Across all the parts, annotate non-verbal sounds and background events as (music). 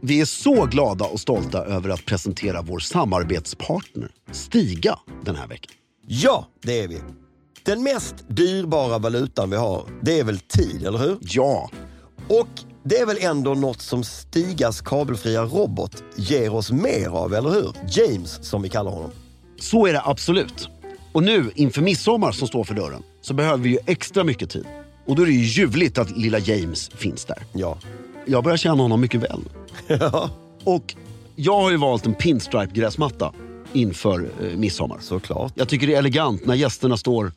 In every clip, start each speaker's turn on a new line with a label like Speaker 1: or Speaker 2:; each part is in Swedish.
Speaker 1: Vi är så glada och stolta över att presentera vår samarbetspartner Stiga den här veckan.
Speaker 2: Ja, det är vi. Den mest dyrbara valutan vi har, det är väl tid, eller hur?
Speaker 1: Ja,
Speaker 2: Och det är väl ändå något som Stigas kabelfria robot ger oss mer av, eller hur? James, som vi kallar honom.
Speaker 1: så är det absolut. Och nu inför midsommar som står för dörren så behöver vi ju extra mycket tid. Och då är det ju ljuvligt att lilla James finns där.
Speaker 2: Ja.
Speaker 1: Jag börjar känna honom mycket väl. Och jag har ju valt en pinstripe-gräsmatta inför eh, midsommar.
Speaker 2: Såklart.
Speaker 1: Jag tycker det är elegant när gästerna står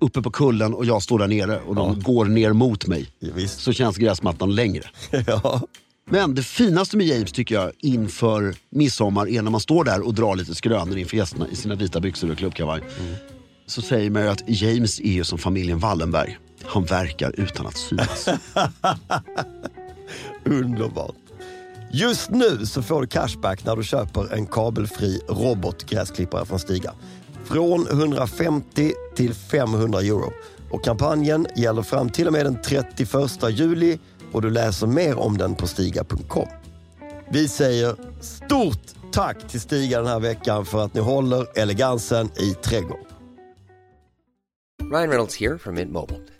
Speaker 1: uppe på kullen och jag står där nere och de går ner mot mig.
Speaker 2: Ja, visst.
Speaker 1: Så känns gräsmattan (laughs) längre.
Speaker 2: Ja.
Speaker 1: Men det finaste med James tycker jag inför midsommar är när man står där och drar lite skrönor inför gästerna i sina vita byxor och klubbkavaj. Så säger man ju att James är ju som familjen Wallenberg. Han verkar utan att synas.
Speaker 2: Underbart. Just nu så får du cashback när du köper en kabelfri robotgräsklippare från Stiga. Från 150 till 500 euro. Och kampanjen gäller fram till och med den 31 juli och du läser mer om den på stiga.com. Vi säger stort tack till Stiga den här veckan för att ni håller elegansen i trädgården.
Speaker 3: Ryan Reynolds here from Mint Mobile.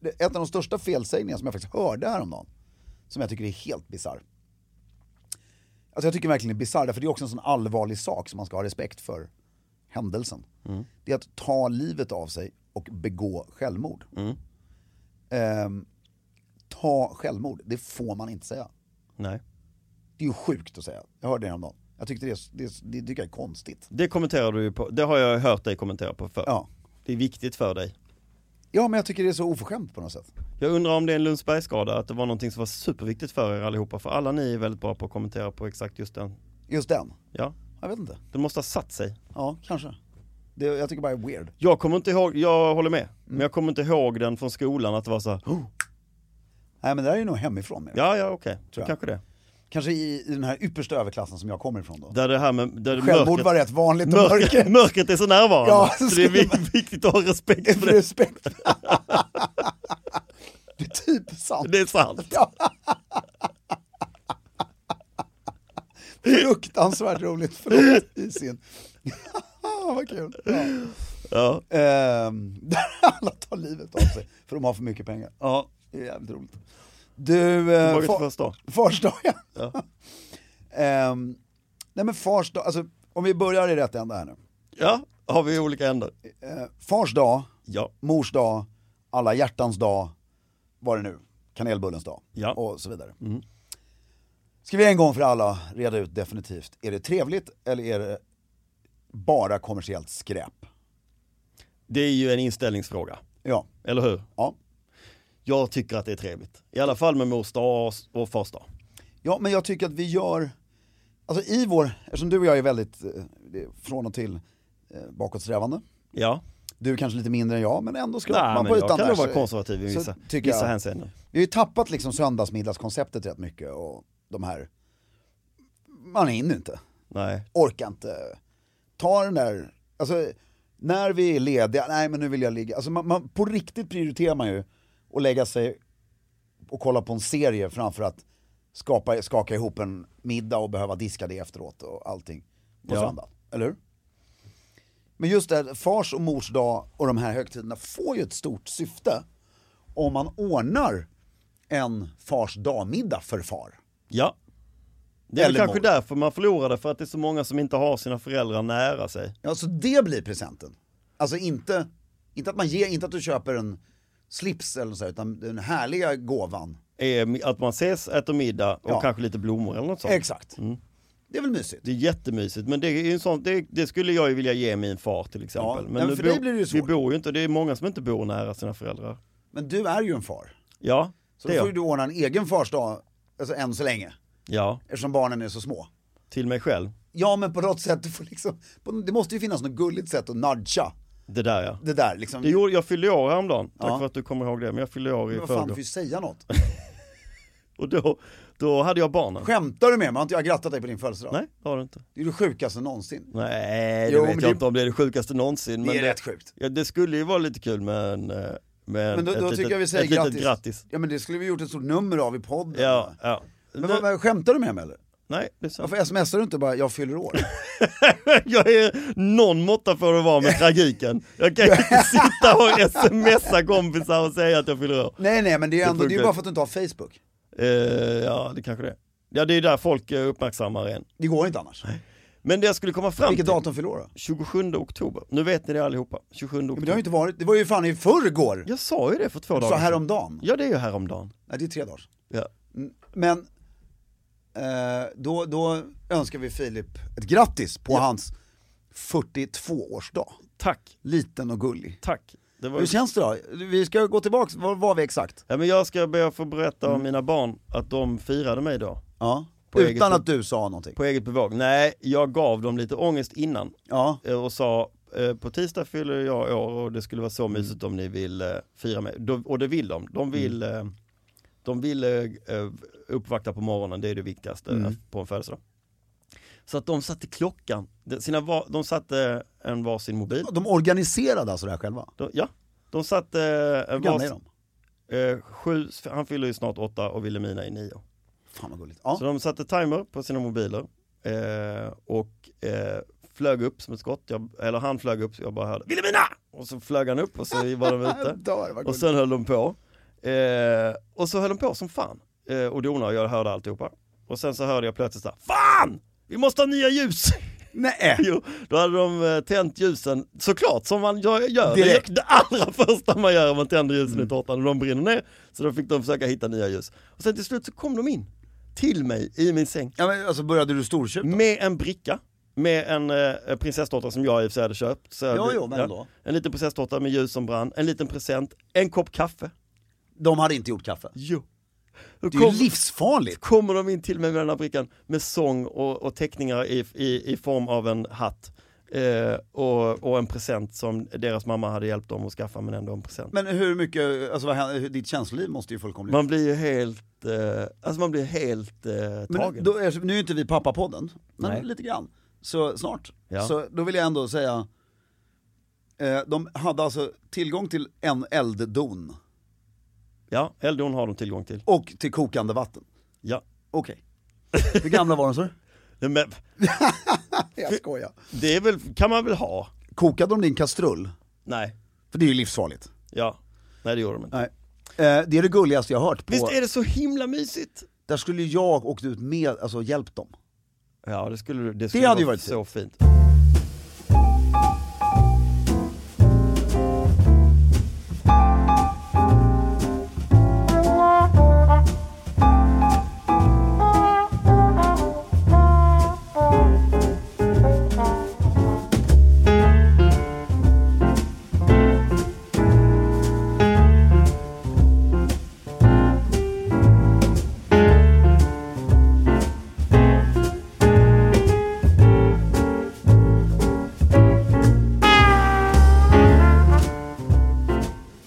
Speaker 1: det- ett av de största felsägningarna som jag faktiskt hörde häromdagen, som jag tycker är helt bisarr. Alltså jag tycker verkligen det är bisarr, därför det är också en sån allvarlig sak som man ska ha respekt för händelsen. Det är att ta livet av sig och begå självmord. Ehm, ta självmord, det får man inte säga.
Speaker 2: Nej.
Speaker 1: Det är ju sjukt att säga. Jag hörde det häromdagen. Jag tyckte det, det, det tycker jag är konstigt.
Speaker 2: Det kommenterar du ju på, det har jag hört dig kommentera på förr.
Speaker 1: Ja.
Speaker 2: Det är viktigt för dig.
Speaker 1: Ja, men jag tycker det är så oförskämt på något sätt.
Speaker 2: Jag undrar om det är en Lundsbergsskada, att det var någonting som var superviktigt för er allihopa, för alla ni är väldigt bra på att kommentera på exakt just den.
Speaker 1: Just den.
Speaker 2: Ja,
Speaker 1: Jag vet inte.
Speaker 2: det måste ha satt sig.
Speaker 1: Ja, kanske. Det, jag tycker bara det är weird.
Speaker 2: Jag kommer inte ihåg, jag håller med, men
Speaker 1: Mm.
Speaker 2: jag kommer inte ihåg den från skolan att det var så här, "Oh,
Speaker 1: Nej, men det där är ju nog hemifrån. mer.
Speaker 2: ja ja okej,
Speaker 1: Tror jag.
Speaker 2: kanske det.
Speaker 1: Kanske i, i den här yppersta överklassen som jag kommer ifrån då.
Speaker 2: Där det här med, där det
Speaker 1: Självmord
Speaker 2: mörkret,
Speaker 1: var rätt vanligt och
Speaker 2: mörkret,
Speaker 1: mörker.
Speaker 2: mörkret är så närvarande,
Speaker 1: Ja, (laughs)
Speaker 2: så det är vi- viktigt att ha respekt för det.
Speaker 1: Respekt. (laughs) det är typ sant.
Speaker 2: Det är sant.
Speaker 1: (laughs) Fruktansvärt roligt. Förlåt, Isin. (laughs) Vad kul. Ja.
Speaker 2: Ja.
Speaker 1: Ehm, (laughs) där alla tar livet av sig för de har för mycket pengar. Ja, det är jävligt roligt. Du, eh,
Speaker 2: Tillbaka till
Speaker 1: fa-
Speaker 2: fars dag.
Speaker 1: Fars dag, ja. (laughs) Ehm, nej men fars dag, alltså om vi börjar i rätt ända här nu.
Speaker 2: ja, har vi olika ändar.
Speaker 1: Fars dag,
Speaker 2: Ja,
Speaker 1: mors dag, alla hjärtans dag, vad det nu, kanelbullens dag
Speaker 2: Ja. Mm.
Speaker 1: och så vidare. Ska vi en gång för alla reda ut definitivt, är det trevligt eller är det bara kommersiellt skräp?
Speaker 2: det är ju en inställningsfråga,
Speaker 1: Ja,
Speaker 2: eller hur?
Speaker 1: ja.
Speaker 2: Jag tycker att det är trevligt. I alla fall med mors dag och fars dag.
Speaker 1: Ja, men jag tycker att vi gör, alltså i vår, eftersom du och jag är väldigt eh, det- från och till eh, bakåtsträvande,
Speaker 2: Ja,
Speaker 1: du är kanske lite mindre än jag men ändå skulle
Speaker 2: Nej,
Speaker 1: man
Speaker 2: men
Speaker 1: på
Speaker 2: jag
Speaker 1: ytan
Speaker 2: kan
Speaker 1: där
Speaker 2: nog vara
Speaker 1: så-
Speaker 2: konservativ i
Speaker 1: så
Speaker 2: vissa,
Speaker 1: tycker
Speaker 2: vissa
Speaker 1: jag-
Speaker 2: hänseenden.
Speaker 1: Vi har ju tappat liksom söndagsmiddagskonceptet rätt mycket och de här, man hinner inte,
Speaker 2: Nej,
Speaker 1: orkar inte, ta den där, alltså när vi är lediga, nej men nu vill jag ligga, alltså man, man, på riktigt prioriterar man ju att lägga sig och kolla på en serie framför att skapa, skaka ihop en middag och behöva diska det efteråt och allting på
Speaker 2: Ja.
Speaker 1: söndag, eller hur? Men just det, här, fars och mors dag och de här högtiderna får ju ett stort syfte om man ordnar en fars dag-middag för far.
Speaker 2: ja. Det är väl
Speaker 1: Eller
Speaker 2: kanske
Speaker 1: mor.
Speaker 2: därför man förlorade, för att det är så många som inte har sina föräldrar nära sig.
Speaker 1: Ja, så det blir presenten. Alltså inte, inte att man ger, inte att du köper en slips eller så, här, utan den härliga gåvan
Speaker 2: är mi- att man ses, äter middag och
Speaker 1: Ja.
Speaker 2: kanske lite blommor eller något sånt.
Speaker 1: Exakt. Mm. Det är väl mysigt.
Speaker 2: Det är jättemysigt, men det, är ju en sån, det, det skulle jag ju vilja ge min far till exempel.
Speaker 1: Ja, men
Speaker 2: nu
Speaker 1: för dig
Speaker 2: bor-
Speaker 1: blir det ju
Speaker 2: vi
Speaker 1: svårt.
Speaker 2: bor ju inte, det är många som inte bor nära sina föräldrar.
Speaker 1: Men du är ju en far.
Speaker 2: Ja,
Speaker 1: Så
Speaker 2: det
Speaker 1: då
Speaker 2: är
Speaker 1: får ju
Speaker 2: jag.
Speaker 1: du ordna en egen farsdag, alltså än så länge.
Speaker 2: Ja,
Speaker 1: Eftersom barnen är så små.
Speaker 2: till mig själv.
Speaker 1: Ja men på något sätt, du får liksom, på, det måste ju finnas något gulligt sätt att nudga
Speaker 2: Det där ja.
Speaker 1: det där liksom.
Speaker 2: Det gjorde, jag fyllde år häromdagen, tack
Speaker 1: Ja.
Speaker 2: för att du kommer ihåg det, men jag fyllde år i
Speaker 1: Men vad fan, du
Speaker 2: förrgår.
Speaker 1: får ju säga något.
Speaker 2: Och då, då hade jag barnen.
Speaker 1: Skämtar du med mig? Har inte jag grattat dig på din födelsedag?
Speaker 2: Nej, Mm. det har du inte.
Speaker 1: Det är det sjukaste någonsin.
Speaker 2: Nej, det
Speaker 1: Jo, men
Speaker 2: vet
Speaker 1: det-
Speaker 2: jag inte om det är det sjukaste någonsin. men
Speaker 1: det är rätt sjukt.
Speaker 2: Ja, det skulle ju vara lite kul med, en, eh, med
Speaker 1: Men då,
Speaker 2: ett,
Speaker 1: då
Speaker 2: litet,
Speaker 1: tycker jag vi säger
Speaker 2: ett litet grattis.
Speaker 1: Ja men det skulle vi gjort ett stort nummer av i podden.
Speaker 2: Ja, ja.
Speaker 1: Men vad, vad, skämtar du med mig eller?
Speaker 2: Nej, det är sant.
Speaker 1: Varför smsar du inte bara jag fyller år?
Speaker 2: (laughs) Jag är, någon måtta får det
Speaker 1: (laughs)
Speaker 2: vara med tragiken. Jag kan inte sitta och smsa kompisar och säga att jag fyller år.
Speaker 1: nej nej men det är ju ändå, det är ju
Speaker 2: funkar.
Speaker 1: bara för att du inte har Facebook.
Speaker 2: Eh, ja, det kanske det är. Ja, det är där folk eh, uppmärksammar en.
Speaker 1: Det går inte annars.
Speaker 2: Men det jag skulle komma fram
Speaker 1: Vilket
Speaker 2: till,
Speaker 1: datum fyller år då?
Speaker 2: 27 oktober. Nu vet ni det allihopa. 27 oktober.
Speaker 1: Men det har ju inte varit, det var ju fan i förrgår!
Speaker 2: Jag sa ju det för två dagar
Speaker 1: Så
Speaker 2: sedan.
Speaker 1: häromdagen.
Speaker 2: Ja, det är ju häromdagen.
Speaker 1: Nej det är tre dagar sedan.
Speaker 2: Ja.
Speaker 1: Men eh, då, då önskar vi Filip ett grattis på hans 42-årsdag.
Speaker 2: Tack,
Speaker 1: Liten och gullig.
Speaker 2: tack. Det var
Speaker 1: Hur känns det då? Vi ska gå tillbaka, var var vi exakt?
Speaker 2: ja, men jag ska be att få berätta
Speaker 1: Mm.
Speaker 2: om mina barn, att de firade mig då.
Speaker 1: Ja.
Speaker 2: På
Speaker 1: Utan
Speaker 2: eget-
Speaker 1: att du sa någonting.
Speaker 2: På eget bevåg. Nej, jag gav dem lite ångest innan.
Speaker 1: Ja.
Speaker 2: eh, och sa eh, på tisdag fyller jag år och det skulle vara så
Speaker 1: Mm.
Speaker 2: mysigt om ni vill eh, fira mig. De, och det vill de. De vill,
Speaker 1: Mm.
Speaker 2: eh, de vill eh, eh, uppvakta på morgonen, det är det viktigaste
Speaker 1: Mm.
Speaker 2: eh, på en födelsedag. Så att de satte klockan, de, sina, va- de satte en varsin mobil.
Speaker 1: De organiserade alltså det här själva?
Speaker 2: De, ja, de satte eh, en
Speaker 1: Hur gamla är de?
Speaker 2: eh, sju, han fyller ju snart åtta och Wilhelmina är nio.
Speaker 1: Fan vad gulligt. Ja.
Speaker 2: Så de satte timer på sina mobiler eh, och eh, flög upp som ett skott, jag, eller han flög upp, så jag bara hörde Vilhelmina! Och så flög han upp och så var
Speaker 1: (laughs)
Speaker 2: de
Speaker 1: Jag
Speaker 2: ute.
Speaker 1: dör, vad
Speaker 2: Och
Speaker 1: gulligt.
Speaker 2: sen höll de på. Eh, och så höll de på som fan. Eh, och donade och jag hörde alltihopa. Och sen så hörde jag plötsligt så här, FAN! Vi måste ha nya ljus!
Speaker 1: Nej!
Speaker 2: jo, då hade de eh, tänt ljusen, såklart som man gör. gör.
Speaker 1: Direkt. Mm.
Speaker 2: Det, det allra (laughs) första man gör om man tänder ljusen i tårtan och de brinner ner. Så då fick de försöka hitta nya ljus. Och sen till slut så kom de in till mig i min säng
Speaker 1: Ja, men, alltså började du storköpa?
Speaker 2: med en bricka, med en eh, prinsesstårta som jag i och för sig hade köpt. Så
Speaker 1: Jo,
Speaker 2: jag-
Speaker 1: jo, men ändå.
Speaker 2: En liten prinsesstårta med ljus som brann, en liten present, en kopp kaffe.
Speaker 1: De hade inte gjort kaffe.
Speaker 2: Jo. Då
Speaker 1: Det är
Speaker 2: kom,
Speaker 1: ju livsfarligt!
Speaker 2: kommer de in till mig med den här brickan med sång och, och teckningar i, i, i form av en hatt. Eh, och, och en present som deras mamma hade hjälpt dem att skaffa men ändå en present.
Speaker 1: Men hur mycket, alltså vad händer, hur- ditt känsloliv måste ju fullkomligt...
Speaker 2: Man blir ju helt, eh, alltså man blir helt eh,
Speaker 1: Men
Speaker 2: tagen.
Speaker 1: då är, nu är inte vi pappapodden, men
Speaker 2: Nej.
Speaker 1: lite grann. Så snart.
Speaker 2: Ja.
Speaker 1: Så då vill jag ändå säga, eh, de hade alltså tillgång till en elddon
Speaker 2: Ja, Eldon har de tillgång till.
Speaker 1: och till kokande vatten.
Speaker 2: Ja.
Speaker 1: (laughs) Okej. Hur gamla var de så?
Speaker 2: Men,
Speaker 1: Jag skojar.
Speaker 2: det är väl, kan man väl ha?
Speaker 1: Kokade de din kastrull?
Speaker 2: Nej,
Speaker 1: För det är ju livsfarligt.
Speaker 2: ja, nej det gjorde de inte.
Speaker 1: Nej. Eh, det är det gulligaste jag har hört. På,
Speaker 2: Visst är det så himla mysigt?
Speaker 1: Där skulle jag åkt ut med, alltså hjälpt dem.
Speaker 2: Ja, det skulle, det skulle
Speaker 1: hade ju
Speaker 2: vara
Speaker 1: varit
Speaker 2: så fint.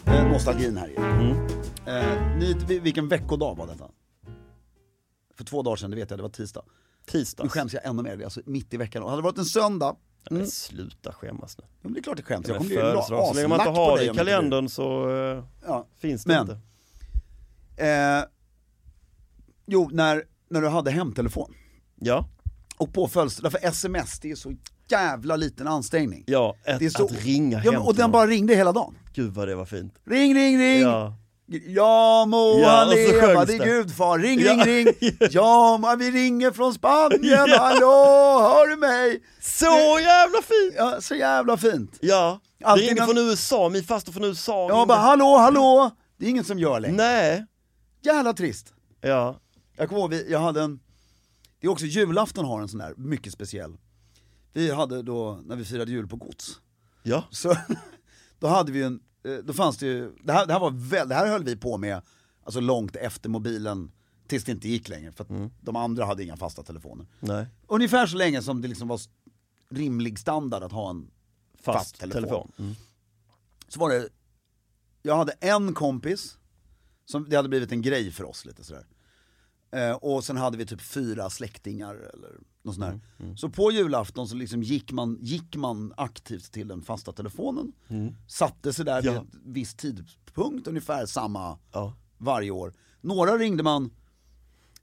Speaker 1: Eh, nostalgin här ju.
Speaker 2: Mm.
Speaker 1: Eh, ni, vi- vilken veckodag var detta? För två dagar sedan, det vet jag, det var tisdag. Nu
Speaker 2: Tisdags.
Speaker 1: skäms jag ännu mer, alltså mitt i veckan. Och Hade det varit en söndag,
Speaker 2: Men sluta skämmas nu.
Speaker 1: men det är klart jag skäms. Jag
Speaker 2: Men
Speaker 1: kommer bli la-
Speaker 2: födelsedag, så länge man
Speaker 1: aslack
Speaker 2: inte
Speaker 1: på
Speaker 2: har
Speaker 1: dig
Speaker 2: det i
Speaker 1: om inte du-
Speaker 2: kalendern så eh,
Speaker 1: Ja.
Speaker 2: finns det
Speaker 1: Men-
Speaker 2: inte.
Speaker 1: Eh, jo, när, när du hade hemtelefon.
Speaker 2: Ja,
Speaker 1: Och på födelsedag, för sms det är ju så jävla liten ansträngning.
Speaker 2: ja ett,
Speaker 1: det är så,
Speaker 2: att ringa
Speaker 1: ja,
Speaker 2: hem
Speaker 1: men, Och
Speaker 2: till
Speaker 1: den
Speaker 2: någon.
Speaker 1: bara ringde hela dagen.
Speaker 2: Gud vad det var fint.
Speaker 1: Ring, ring, ring! Ja,
Speaker 2: Ja.
Speaker 1: må
Speaker 2: Ja,
Speaker 1: han
Speaker 2: och så
Speaker 1: leva,
Speaker 2: sjöngs
Speaker 1: det är
Speaker 2: det.
Speaker 1: gudfar. Ring,
Speaker 2: (laughs) Ja.
Speaker 1: ring, ring! Ja, man, vi ringer från Spanien,
Speaker 2: (laughs) Ja.
Speaker 1: hallå, hör du mig?
Speaker 2: Så jävla fint!
Speaker 1: Ja, så jävla fint.
Speaker 2: Ja,
Speaker 1: Alltid
Speaker 2: ringde
Speaker 1: någon-
Speaker 2: från USA, min faster från USA
Speaker 1: Ja,
Speaker 2: ringde.
Speaker 1: bara hallå, hallå! Det är ingen som gör längre.
Speaker 2: Nej,
Speaker 1: jävla trist.
Speaker 2: Ja.
Speaker 1: Jag kommer ihåg, vi, jag hade en, det är också julafton har en sån där, mycket speciell. Vi hade då, när vi firade jul på gods,
Speaker 2: Ja.
Speaker 1: så (laughs) då hade vi ju en, eh, då fanns det ju, det här, det här var väl, det här höll vi på med, alltså långt efter mobilen, tills det inte gick längre, för att de andra hade inga fasta telefoner.
Speaker 2: Nej.
Speaker 1: Ungefär så länge som det liksom var s- rimlig standard att ha en
Speaker 2: Fast,
Speaker 1: Fast
Speaker 2: telefon.
Speaker 1: telefon. Mm. så var det, jag hade en kompis, som, det hade blivit en grej för oss lite sådär. Eh, och sen hade vi typ fyra släktingar eller något sånt där. Så på julafton så liksom gick man, gick man aktivt till den fasta telefonen, satte sig där vid
Speaker 2: Ja.
Speaker 1: en viss tidpunkt, ungefär samma
Speaker 2: Ja.
Speaker 1: varje år. Några ringde man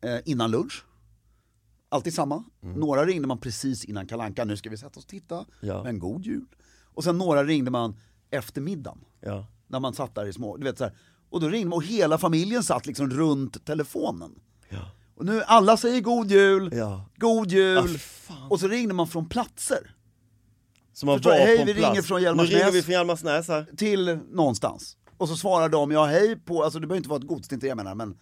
Speaker 1: eh, innan lunch, alltid samma.
Speaker 2: Mm.
Speaker 1: Några ringde man precis innan kalanka. nu ska vi sätta oss och titta,
Speaker 2: Ja.
Speaker 1: men god jul. Och sen några ringde man efter middagen
Speaker 2: Ja.
Speaker 1: när man satt där i små, du vet så här. Och då ringde man och hela familjen satt liksom runt telefonen.
Speaker 2: Ja.
Speaker 1: Och nu alla säger god jul,
Speaker 2: Ja.
Speaker 1: god jul.
Speaker 2: Ah, fan.
Speaker 1: och så ringde man från platser
Speaker 2: Så man
Speaker 1: Förstår
Speaker 2: var
Speaker 1: jag? Hej,
Speaker 2: på en
Speaker 1: vi
Speaker 2: plats.
Speaker 1: ringer från
Speaker 2: Nu ringer
Speaker 1: Hjälmarsnäs.
Speaker 2: vi från Hjalmarsnäs här.
Speaker 1: till någonstans. Och så svarar de, ja hej på, alltså det behöver inte vara ett gods, det är inte det jag menar, men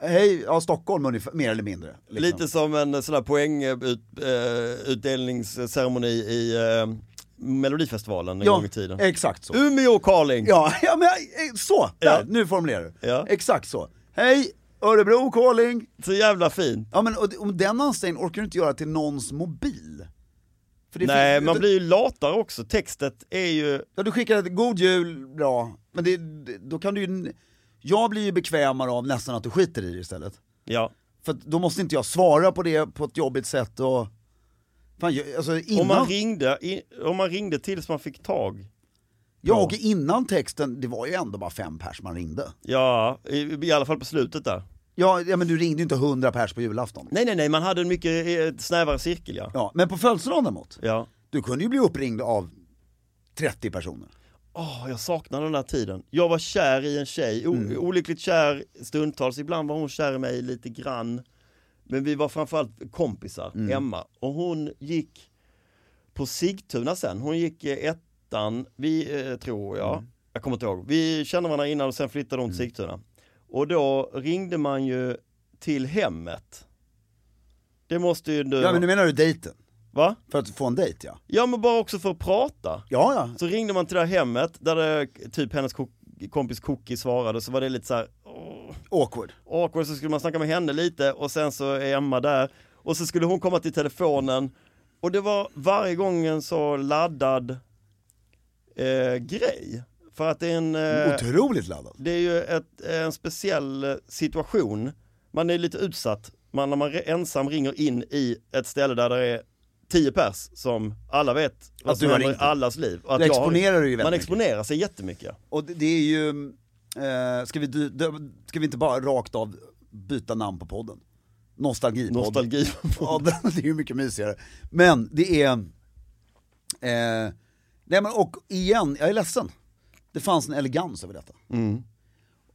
Speaker 1: hej, ja Stockholm ungefär, mer eller mindre. liksom.
Speaker 2: Lite som en eh, sån här poängutdelningsceremoni eh, i eh, Melodifestivalen en
Speaker 1: ja,
Speaker 2: gång i tiden.
Speaker 1: exakt så.
Speaker 2: Umeå Carling.
Speaker 1: Ja, ja men eh, så, där,
Speaker 2: Ja.
Speaker 1: nu formulerar du.
Speaker 2: Ja.
Speaker 1: Exakt så. Hej, Örebro calling.
Speaker 2: Så jävla fint.
Speaker 1: Ja men och, det- om den ansträngningen orkar du inte göra till någons mobil. För det
Speaker 2: Nej,
Speaker 1: finns-
Speaker 2: man blir ju latare också. Textet är ju,
Speaker 1: Ja, du skickar ett god jul, bra. Men det, det- då kan du ju... Jag blir ju bekvämare av nästan att du skiter i det istället.
Speaker 2: ja.
Speaker 1: För att då måste inte jag svara på det på ett jobbigt sätt och... Fan, jag, alltså
Speaker 2: Om
Speaker 1: innan...
Speaker 2: man, ringde, i, om man ringde tills man fick tag.
Speaker 1: ja, och innan texten, det var ju ändå bara fem pers man ringde.
Speaker 2: Ja, i, i alla fall på slutet där.
Speaker 1: Ja, ja men du ringde ju inte hundra pers på julafton.
Speaker 2: Nej, nej, nej, man hade en mycket eh, snävare cirkel ja.
Speaker 1: Ja, men på födelsedagen däremot,
Speaker 2: Ja.
Speaker 1: du kunde ju bli uppringd av 30 personer.
Speaker 2: Åh, jag saknar den här tiden. Jag var kär i en tjej, o-
Speaker 1: Mm.
Speaker 2: olyckligt kär stundtals, ibland var hon kär i mig lite grann. Men vi var framförallt kompisar,
Speaker 1: Mm.
Speaker 2: Emma, och hon gick på Sigtuna sen, hon gick eh, ettan, vi eh, tror jag,
Speaker 1: Mm.
Speaker 2: jag kommer inte ihåg, vi kände varandra innan och sen flyttade hon till Sigtuna. Och då ringde man ju till hemmet. Det måste ju du,
Speaker 1: Ja, men nu menar du dejten?
Speaker 2: va?
Speaker 1: För att få en dejt ja.
Speaker 2: Ja men bara också för att prata.
Speaker 1: Ja, ja.
Speaker 2: Så ringde man till det här hemmet där det, typ hennes ko- kompis Cookie svarade så var det lite så här åh,
Speaker 1: Awkward.
Speaker 2: awkward så skulle man snacka med henne lite och sen så är Emma där och så skulle hon komma till telefonen och det var varje gång en så laddad eh, grej. För att det är en, eh,
Speaker 1: Otroligt laddad.
Speaker 2: det är ju ett, en speciell eh, situation. Man är lite utsatt. Man, när man re- ensam ringer in i ett ställe där det är tio pers som alla vet vad
Speaker 1: Att
Speaker 2: som
Speaker 1: du har
Speaker 2: händer i
Speaker 1: ringt.
Speaker 2: allas liv. Och Att
Speaker 1: Du
Speaker 2: jag har-
Speaker 1: exponerar dig ju väldigt
Speaker 2: Man
Speaker 1: mycket.
Speaker 2: exponerar sig jättemycket.
Speaker 1: Och det, det är ju, eh, ska, vi, dy- dö- ska vi inte bara rakt av byta namn på podden? Nostalgipodden.
Speaker 2: Nostalgi.
Speaker 1: Ja, det (laughs) det är ju mycket mysigare. Men det är, eh, nej men och igen, jag är ledsen. Det fanns en elegans över detta.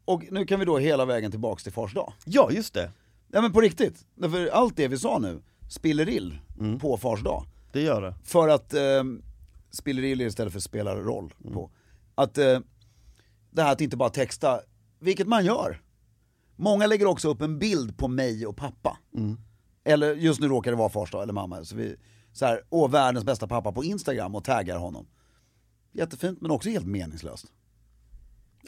Speaker 1: Och nu kan vi då hela vägen tillbaks till fars dag.
Speaker 2: ja, just det.
Speaker 1: Nej men på riktigt, därför allt det vi sa nu spiller ill på fars dag.
Speaker 2: Det gör det.
Speaker 1: För att eh, spiller ill istället för spelar roll på. Att eh, det här att inte bara texta, vilket man gör. Många lägger också upp en bild på mig och pappa. Eller just nu råkar det vara fars dag eller mamma. Så vi, så här, åh världens bästa pappa på Instagram och taggar honom. Jättefint men också helt meningslöst.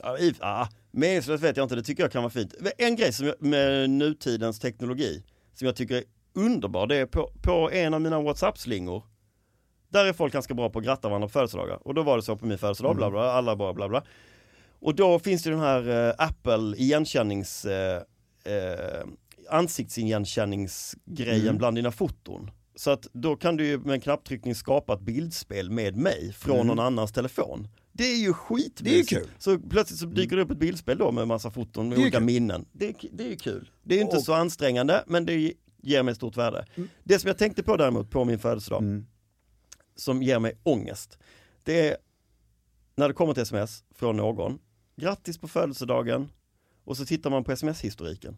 Speaker 2: Ja, i- ah, meningslöst vet jag inte, det tycker jag kan vara fint. En grej som jag, med nutidens teknologi som jag tycker är underbar, det är på, på en av mina WhatsApp-slingor. Där är folk ganska bra på att gratta varandra på födelsedagar. Och då var det så på min födelsedag,
Speaker 1: Mm.
Speaker 2: bla bla, alla bra, bla bla. Och då finns det den här eh, Apple igenkännings, eh, eh, ansiktsigenkänningsgrejen
Speaker 1: Mm.
Speaker 2: bland dina foton. Så att då kan du ju med en knapptryckning skapa ett bildspel med mig från någon annans telefon. Det är ju skitmysigt.
Speaker 1: Mm. Det är kul.
Speaker 2: Så plötsligt så dyker det upp ett bildspel då med massa foton med
Speaker 1: är
Speaker 2: olika
Speaker 1: kul.
Speaker 2: minnen. Det är, det är ju kul. Det är ju inte
Speaker 1: Och- Mm.
Speaker 2: så ansträngande men det ger mig ett stort värde. Det som jag tänkte på däremot på min födelsedag, som ger mig ångest, det är när det kommer ett sms från någon, grattis på födelsedagen, och så tittar man på sms-historiken.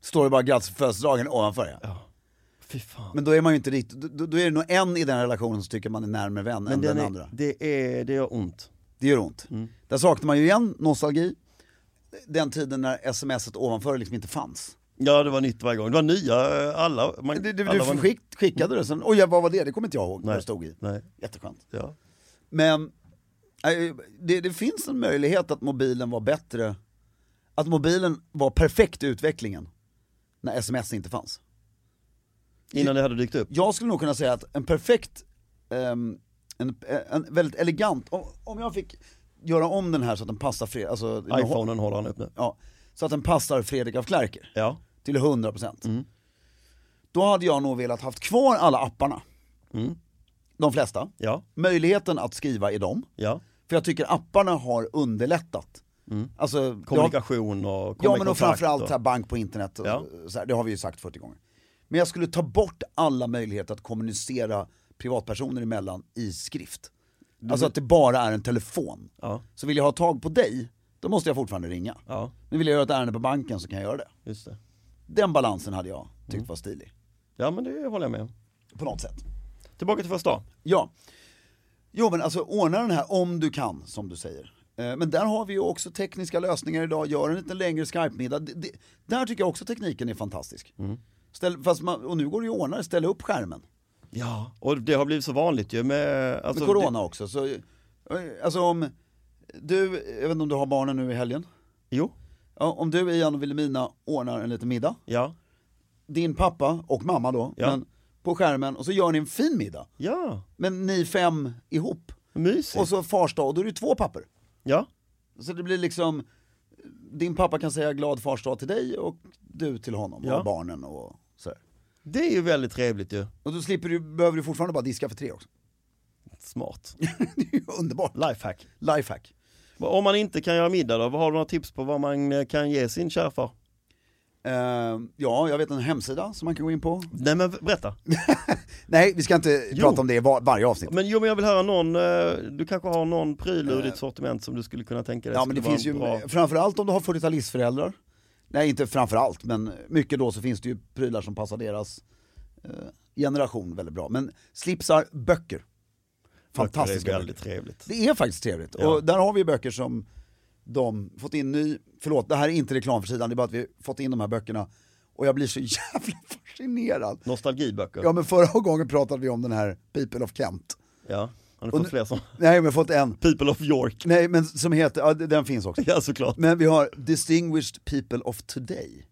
Speaker 1: Står det bara grattis på födelsedagen ovanför ja.
Speaker 2: Fy fan.
Speaker 1: Men då är man ju inte riktigt, då, då är det nog en i den relationen som tycker man är närmare vän än den,
Speaker 2: den är, Mm.
Speaker 1: andra.
Speaker 2: det, är, det gör ont.
Speaker 1: Det gör ont. Där saknar man ju igen nostalgi. den tiden när smset ovanför liksom inte fanns.
Speaker 2: Ja, det var nytt varje gång. Det var nya, eh, alla. Man,
Speaker 1: Du, du,
Speaker 2: alla
Speaker 1: du skick, skickade det, sen, oj vad var det? Det kommer inte jag ihåg vad det stod i.
Speaker 2: Nej.
Speaker 1: Jätteskönt.
Speaker 2: Ja.
Speaker 1: Men eh, det, det finns en möjlighet att mobilen var bättre, att mobilen var perfekt i utvecklingen när sms inte fanns.
Speaker 2: Innan det hade dykt upp.
Speaker 1: Jag skulle nog kunna säga att en perfekt, ehm, en, en väldigt elegant, om, om jag fick göra om den här så att den passar Fredrik, alltså,
Speaker 2: Iphonen håller han upp nu.
Speaker 1: ja, så att den passar Fredrik af Klerker
Speaker 2: Ja.
Speaker 1: till 100%
Speaker 2: Mm.
Speaker 1: Då hade jag nog velat haft kvar alla apparna, de flesta,
Speaker 2: Mm. Ja.
Speaker 1: möjligheten att skriva i dem,
Speaker 2: Ja.
Speaker 1: för jag tycker apparna har underlättat. Alltså,
Speaker 2: Mm. Kommunikation och komma
Speaker 1: Ja
Speaker 2: i
Speaker 1: men och
Speaker 2: kontakt
Speaker 1: framförallt
Speaker 2: och-
Speaker 1: så här bank på internet, och
Speaker 2: Ja.
Speaker 1: så här, det har vi ju sagt 40 gånger. Men jag skulle ta bort alla möjligheter att kommunicera privatpersoner emellan i skrift. Alltså att det bara är en telefon.
Speaker 2: Ja.
Speaker 1: Så vill jag ha tag på dig, då måste jag fortfarande ringa.
Speaker 2: Ja,
Speaker 1: Men vill jag göra ett ärende på banken så kan jag göra det.
Speaker 2: just det.
Speaker 1: Den balansen hade jag tyckt
Speaker 2: Mm.
Speaker 1: var stilig.
Speaker 2: Ja men det håller jag med om.
Speaker 1: På något sätt.
Speaker 2: Tillbaka till första.
Speaker 1: Ja. Jo men alltså ordna den här om du kan, som du säger. Eh, Men där har vi ju också tekniska lösningar idag, gör en lite längre Skype-middag. Det- det- Där tycker jag också tekniken är fantastisk. Ställ, fast man, och nu går det ju att ordna det, ställa upp skärmen.
Speaker 2: Ja, och det har blivit så vanligt ju med... Alltså,
Speaker 1: Med corona också. Så, eh, alltså om du, jag vet inte om du har barnen nu i helgen?
Speaker 2: Det, jo,
Speaker 1: Ja, om du, Ian och Vilhelmina ordnar en liten middag,
Speaker 2: ja,
Speaker 1: din pappa och mamma då,
Speaker 2: Ja.
Speaker 1: men på skärmen och så gör ni en fin middag.
Speaker 2: ja,
Speaker 1: Men ni fem ihop.
Speaker 2: mysigt.
Speaker 1: Och så fars dag, och då är det två papper.
Speaker 2: Ja,
Speaker 1: Så det blir liksom, din pappa kan säga glad fars dag till dig och du till honom
Speaker 2: Ja.
Speaker 1: och barnen och sådär.
Speaker 2: det är ju väldigt trevligt ju.
Speaker 1: Och då slipper du, behöver du fortfarande bara diska för tre också. (laughs)
Speaker 2: Smart.
Speaker 1: det är ju underbart.
Speaker 2: Lifehack.
Speaker 1: Lifehack.
Speaker 2: Om man inte kan göra middag då, vad har du några tips på vad man eh, kan ge sin kärfar?
Speaker 1: Eh, ja, jag vet en hemsida som man kan gå in på.
Speaker 2: Nej men berätta.
Speaker 1: Nej, vi ska inte
Speaker 2: Jo.
Speaker 1: prata om det i var, varje avsnitt.
Speaker 2: Men jo men jag vill höra någon, eh, du kanske har någon pryl ur ditt sortiment som du skulle kunna tänka dig
Speaker 1: Eh, ja, men
Speaker 2: skulle
Speaker 1: det
Speaker 2: vara
Speaker 1: finns ju,
Speaker 2: en bra...
Speaker 1: framförallt om du har 40-talistföräldrar. Nej, inte framförallt, men mycket då så finns det ju prylar som passar deras eh, generation väldigt bra. Men slipsar, böcker. Fantastiska
Speaker 2: Det
Speaker 1: böcker.
Speaker 2: är väldigt trevligt.
Speaker 1: Det är faktiskt trevligt.
Speaker 2: Ja.
Speaker 1: Och där har vi böcker som de fått in ny, förlåt det här är inte reklam för sidan, det är bara att vi fått in de här böckerna och jag blir så (laughs) jävla fascinerad.
Speaker 2: Nostalgiböcker.
Speaker 1: Ja men förra gången pratade vi om den här People of Kent.
Speaker 2: Ja, har ni
Speaker 1: Och
Speaker 2: fått
Speaker 1: nu-
Speaker 2: fler som...
Speaker 1: Nej men fått en,
Speaker 2: People of York. (laughs)
Speaker 1: nej men som heter, ja, den finns också.
Speaker 2: Ja såklart.
Speaker 1: Men vi har Distinguished People of Today.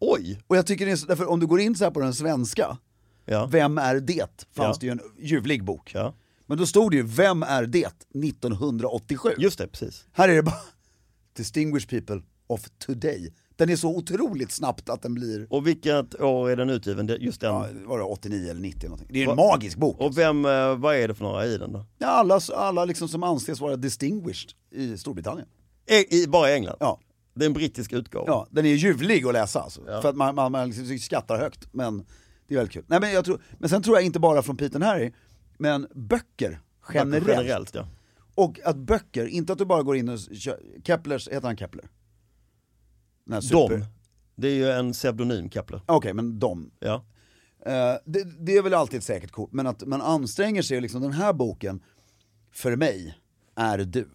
Speaker 2: Oj!
Speaker 1: Och jag tycker det är så, därför om du går in så här på den svenska,
Speaker 2: Ja.
Speaker 1: Vem är det? Fanns
Speaker 2: Ja.
Speaker 1: det ju en ljuvlig bok.
Speaker 2: ja.
Speaker 1: Men då stod det ju Vem är det? 1987.
Speaker 2: Just det, precis.
Speaker 1: Här är det bara (laughs) Distinguished people of today. Den är så otroligt snabbt att den blir
Speaker 2: Och vilket år är den utgiven? Det- Just den.
Speaker 1: ja, var det 89 eller 90 någonting. Det är ju
Speaker 2: Va?
Speaker 1: en magisk bok. alltså.
Speaker 2: Och vem, eh, vad är det för några i den då?
Speaker 1: Ja, alla alla liksom som anses vara distinguished i Storbritannien.
Speaker 2: E- I, i, bara i England?
Speaker 1: Ja.
Speaker 2: Det är en brittisk utgåva.
Speaker 1: Ja, den är ljuvlig att läsa alltså. För att man, man, man liksom skrattar högt. Men det är väldigt kul. Nej, men, jag tror, men sen tror jag inte bara från Pete and Harry, men böcker generellt.
Speaker 2: Generellt ja.
Speaker 1: Och att böcker, inte att du bara går in och kör, Keplers, heter han Kepler? Den här super-
Speaker 2: Dom. Det är ju en pseudonym Kepler.
Speaker 1: Okej, men de.
Speaker 2: Ja.
Speaker 1: Eh, det, det är väl alltid ett säkert kort, men att man anstränger sig och liksom den här boken, för mig, är du.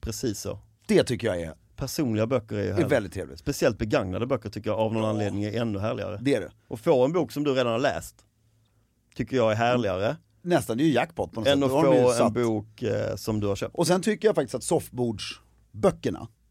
Speaker 2: Precis så.
Speaker 1: Det tycker jag är,
Speaker 2: Personliga böcker är ju
Speaker 1: är
Speaker 2: härliga.
Speaker 1: väldigt trevligt.
Speaker 2: Speciellt begagnade böcker tycker jag av någon anledning är ännu härligare.
Speaker 1: Det är det.
Speaker 2: Och få en bok som du redan har läst tycker jag är härligare
Speaker 1: Nästan, det är ju jackpot på något
Speaker 2: än
Speaker 1: sätt.
Speaker 2: att
Speaker 1: Då har de ju
Speaker 2: få en
Speaker 1: satt-
Speaker 2: bok eh, som du har köpt.
Speaker 1: Och sen tycker jag faktiskt att soffbordsböckerna,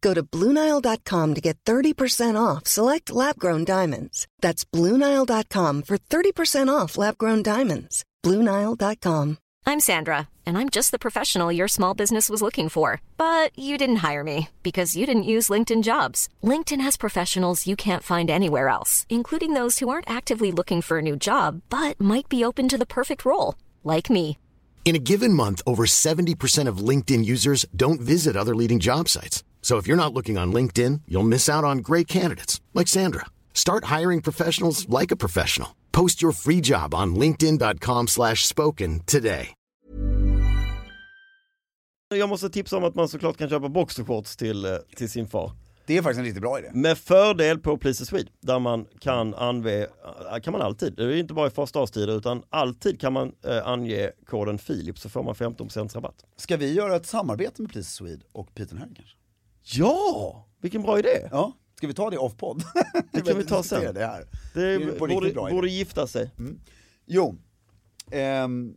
Speaker 4: Go to Bluenile.com to get 30% off select lab grown diamonds. That's Bluenile.com for 30% off lab grown diamonds. Bluenile.com.
Speaker 5: I'm Sandra, and I'm just the professional your small business was looking for. But you didn't hire me because you didn't use LinkedIn jobs. LinkedIn has professionals you can't find anywhere else, including those who aren't actively looking for a new job but might be open to the perfect role, like me.
Speaker 6: In a given month, over 70% of LinkedIn users don't visit other leading job sites. So if you're not looking on LinkedIn, you'll miss out on great candidates like Sandra. Start hiring professionals like a professional. Post your free job on linkedin.com/spoken slash spoken today.
Speaker 2: Jag måste tipsa om att man såklart kan köpa boxershorts till, eh, till sin far.
Speaker 1: Det är faktiskt en riktigt bra idé.
Speaker 2: Med fördel på Please the Swede där man kan ange, kan man alltid, det är inte bara i förstaårstider utan alltid kan man eh, ange koden Filip så får man 15% rabatt.
Speaker 1: Ska vi göra ett samarbete med Please Swede och Piten Herren kanske?
Speaker 2: Ja, vilken bra idé!
Speaker 1: Ja, ska vi ta det off-podd?
Speaker 2: Det
Speaker 1: (laughs)
Speaker 2: kan vi ta
Speaker 1: diskutera
Speaker 2: sen.
Speaker 1: Det här.
Speaker 2: Det
Speaker 1: är på
Speaker 2: borde,
Speaker 1: riktigt bra idé. Mm.
Speaker 2: borde gifta sig.
Speaker 1: Jo. Ehm.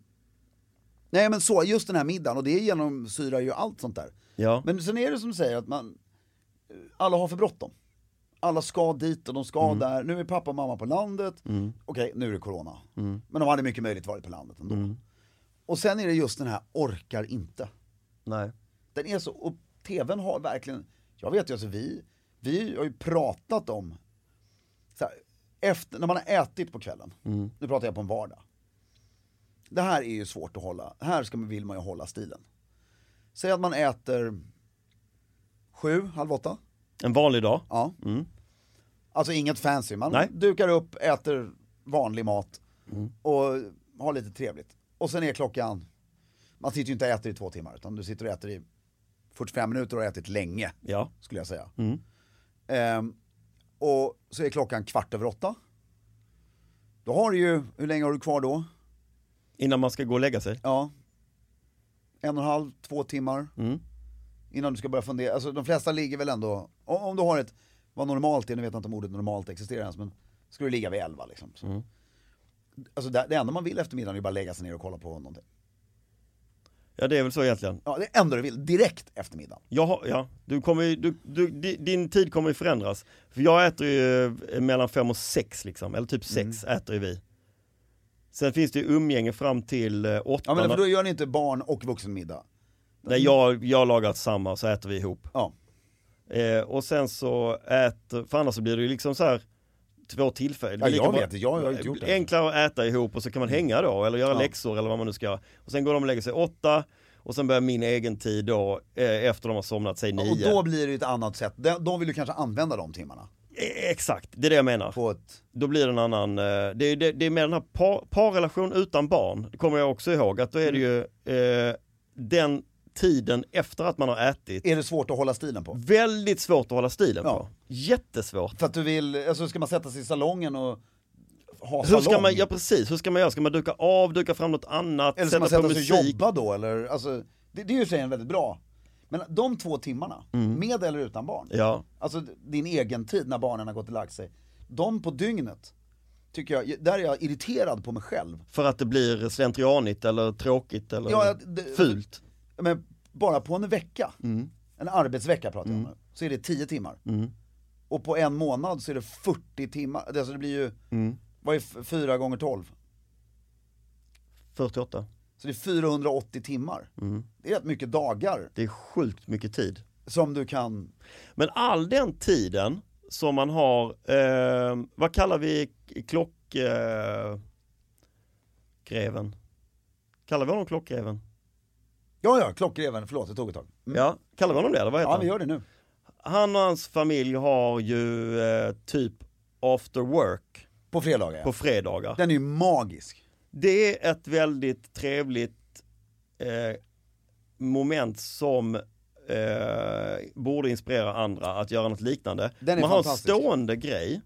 Speaker 1: nej men så, just den här middagen och det genomsyrar ju allt sånt där.
Speaker 2: Ja.
Speaker 1: Men sen är det som du säger att man, eh, alla har för bråttom. Alla ska dit och de ska där. Nu är pappa och mamma på landet. Okej, nu är det corona. Men de hade mycket möjligt varit på landet ändå. Och sen är det just den här orkar inte.
Speaker 2: Nej.
Speaker 1: Den är så, och tvn har verkligen, jag vet ju alltså vi, vi har ju pratat om, så här, efter, när man har ätit på kvällen, nu pratar jag på en vardag. Det här är ju svårt att hålla, här ska man, vill man ju hålla stilen. Säg att man äter sju, halv åtta,
Speaker 2: En vanlig dag.
Speaker 1: ja. Alltså inget fancy, man
Speaker 2: Nej.
Speaker 1: dukar upp, äter vanlig mat och har lite trevligt. Och sen är klockan, man sitter ju inte och äter i två timmar utan du sitter och äter i 45 minuter och har ätit länge,
Speaker 2: Ja.
Speaker 1: skulle jag säga. Ehm, och så är klockan kvart över åtta. Då har du ju, hur länge har du kvar då?
Speaker 2: Innan man ska gå och lägga sig.
Speaker 1: Ja, en och en halv, två timmar.
Speaker 2: Mm.
Speaker 1: Innan du ska börja fundera, alltså de flesta ligger väl ändå, om om du har ett, vad normalt är, nu vet jag inte om ordet normalt existerar ens, men ska du ligga vid elva liksom. Så.
Speaker 2: Mm.
Speaker 1: Alltså det, det enda man vill efter middagen är bara lägga sig ner och kolla på någonting.
Speaker 2: Ja det är väl så egentligen.
Speaker 1: Ja, det är det enda du vill, direkt efter middagen.
Speaker 2: Jag har, ja, du kommer, ju- du, du, di- din tid kommer ju förändras. För jag äter ju eh, mellan fem och sex liksom, eller typ sex
Speaker 1: Mm.
Speaker 2: äter ju vi. Sen finns det ju umgänge fram till eh, åtta.
Speaker 1: Ja men för då gör ni inte barn och vuxenmiddag. Mm.
Speaker 2: Nej, jag, jag lagar samma och så äter vi ihop.
Speaker 1: Ja.
Speaker 2: Eh, och sen så äter, för annars så blir det ju liksom så här två tillfällen. Det
Speaker 1: Ja,
Speaker 2: blir
Speaker 1: jag
Speaker 2: lika
Speaker 1: vet det. Jag har inte gjort det. Mm.
Speaker 2: Enklare att äta ihop och så kan man hänga då eller göra läxor eller vad man nu ska göra. Och sen går de och lägger sig åtta och sen börjar min egen tid då eh, efter de har somnat, säg nio.
Speaker 1: Och då blir det ju ett annat sätt, de, de vill du kanske använda de timmarna.
Speaker 2: Eh, Exakt, det är det jag menar.
Speaker 1: På ett,
Speaker 2: Då blir det en annan, eh, det är, det, det är med den här par, parrelation utan barn, det kommer jag också ihåg, att då är det
Speaker 1: Mm.
Speaker 2: ju eh, den tiden efter att man har ätit
Speaker 1: är det svårt att hålla stilen på?
Speaker 2: Väldigt svårt att hålla stilen
Speaker 1: Ja.
Speaker 2: på. Jättesvårt.
Speaker 1: För att du vill, alltså ska man sätta sig i salongen och ha
Speaker 2: Hur ska
Speaker 1: salong?
Speaker 2: man, ja precis, hur ska man göra? Ska man duka av, duka fram något annat,
Speaker 1: Eller ska
Speaker 2: sätta,
Speaker 1: man sätta
Speaker 2: på
Speaker 1: sig och
Speaker 2: musik?
Speaker 1: jobba då eller? Alltså, det, det är ju i och för sig en väldigt bra. Men de två timmarna, med eller utan barn,
Speaker 2: Mm. Ja,
Speaker 1: alltså din egen tid när barnen har gått och lagt sig, de på dygnet, tycker jag, där är jag irriterad på mig själv.
Speaker 2: för att det blir slentrianigt eller tråkigt eller
Speaker 1: Ja, det-
Speaker 2: fult.
Speaker 1: Men bara på en vecka,
Speaker 2: Mm.
Speaker 1: en arbetsvecka pratar jag om nu, så är det 10 timmar. Och på en månad så är det 40 timmar, alltså det blir ju,
Speaker 2: Mm.
Speaker 1: vad är f- fyra gånger 12?
Speaker 2: 48.
Speaker 1: Så det är 480 timmar.
Speaker 2: Mm.
Speaker 1: Det är rätt mycket dagar
Speaker 2: Det är sjukt mycket tid.
Speaker 1: som du kan
Speaker 2: Men all den tiden som man har, eh, vad kallar vi k- klock... Eh, greven? Kallar vi honom klockgreven?
Speaker 1: Ja, ja, klockreven, förlåt, det tog ett tag.
Speaker 2: Ja, kallar vi honom det eller vad heter
Speaker 1: Mm. Ja,
Speaker 2: han?
Speaker 1: vi gör det nu.
Speaker 2: han och hans familj har ju eh, typ after work
Speaker 1: På fredagar, ja.
Speaker 2: på fredagar.
Speaker 1: Den är ju magisk.
Speaker 2: Det är ett väldigt trevligt eh, moment som eh, borde inspirera andra att göra något liknande.
Speaker 1: Den är
Speaker 2: man har en
Speaker 1: fantastisk. Mm.
Speaker 2: stående grej.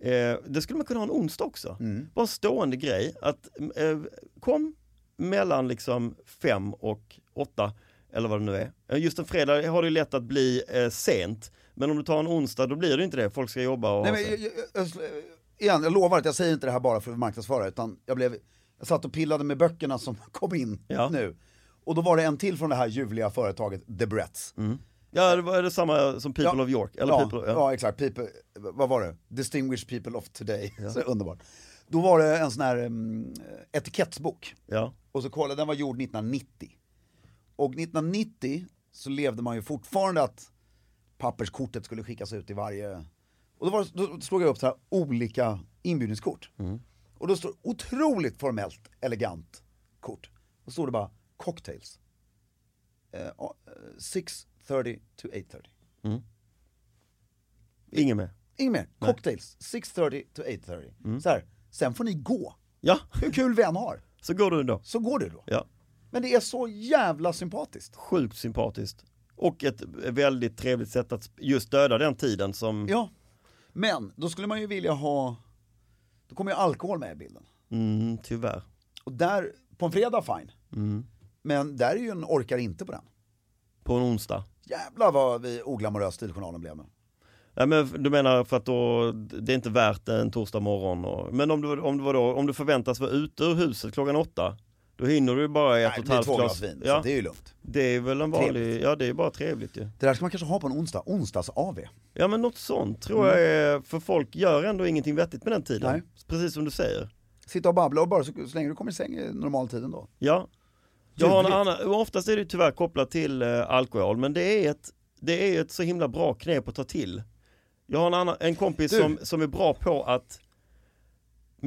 Speaker 2: Eh, det skulle man kunna ha en onsdag också. Bara en stående grej. Att, eh, kom mellan liksom fem och åtta eller vad det nu är. Eh, Just en fredag har det ju lätt att bli eh, sent. Men om du tar en onsdag då blir det inte det. Folk ska jobba och
Speaker 1: Nej,
Speaker 2: ha
Speaker 1: men,
Speaker 2: sig.
Speaker 1: jag, jag, jag, jag- igen, jag lovar att jag säger inte det här bara för att marknadsföra, utan jag, blev, jag satt och pillade med böckerna som (laughs) kom in
Speaker 2: Ja.
Speaker 1: nu. Och då var det en till från det här ljuvliga företaget The Bretts.
Speaker 2: Ja, det var det samma som People
Speaker 1: Ja.
Speaker 2: of York. Eller
Speaker 1: ja,
Speaker 2: people,
Speaker 1: ja.
Speaker 2: ja.
Speaker 1: exakt. Mm. People, vad var det? Distinguished people of today. Så underbart. Då var det en sån här um, etikettsbok.
Speaker 2: Ja.
Speaker 1: Och så kollade, den var gjord 1990. Och 1990 så levde man ju fortfarande att papperskortet skulle skickas ut i varje... Och då, var, då slog jag upp så här olika inbjudningskort. Och då står otroligt formellt elegant kort. Och står det bara cocktails. Eh, ja, eh, 6.30 to 8.30.
Speaker 2: Ingen med.
Speaker 1: inget mer. Cocktails, 6.30 to 8.30. Så här, sen får ni gå.
Speaker 2: Ja,
Speaker 1: Hur kul vi än har,
Speaker 2: så går du då.
Speaker 1: så går du då.
Speaker 2: Ja.
Speaker 1: Men det är så jävla sympatiskt.
Speaker 2: Sjukt sympatiskt. Och ett väldigt trevligt sätt att just döda den tiden som...
Speaker 1: Ja. Men, då skulle man ju vilja ha, då kommer ju alkohol med i bilden.
Speaker 2: Mm, tyvärr.
Speaker 1: Och där, på en fredag fine.
Speaker 2: Mm.
Speaker 1: Men där är ju en orkar inte på den.
Speaker 2: På en onsdag.
Speaker 1: Jävlar vad vi oglamorös stiljournalen blev nu.
Speaker 2: Ja, men du menar för att då, det är inte värt det en torsdag morgon. Och, men om du, om, du var då, om du förväntas vara ute ur huset klockan åtta, då hinner du ju bara ett
Speaker 1: Nej,
Speaker 2: och
Speaker 1: det
Speaker 2: ett
Speaker 1: blir
Speaker 2: halvt
Speaker 1: två glas
Speaker 2: glas.
Speaker 1: vin,
Speaker 2: ja,
Speaker 1: så det är ju lugnt.
Speaker 2: det är väl en vanlig, ja det är bara trevligt ju.
Speaker 1: Det där ska man kanske ha på en onsdag, onsdags-AV.
Speaker 2: Ja men något sånt tror jag är, för folk gör ändå ingenting vettigt med den tiden.
Speaker 1: Mm. Nej.
Speaker 2: Precis som du säger.
Speaker 1: Sitta och babbla och bara så, så länge du kommer i säng i normaltiden då.
Speaker 2: Ja. Jag har en
Speaker 1: Ljuvligt.
Speaker 2: annan, oftast är det tyvärr kopplat till eh, alkohol men det är, ett, det är ett så himla bra knep att ta till. Jag har en, annan, en kompis
Speaker 1: Du.
Speaker 2: som, som är bra på att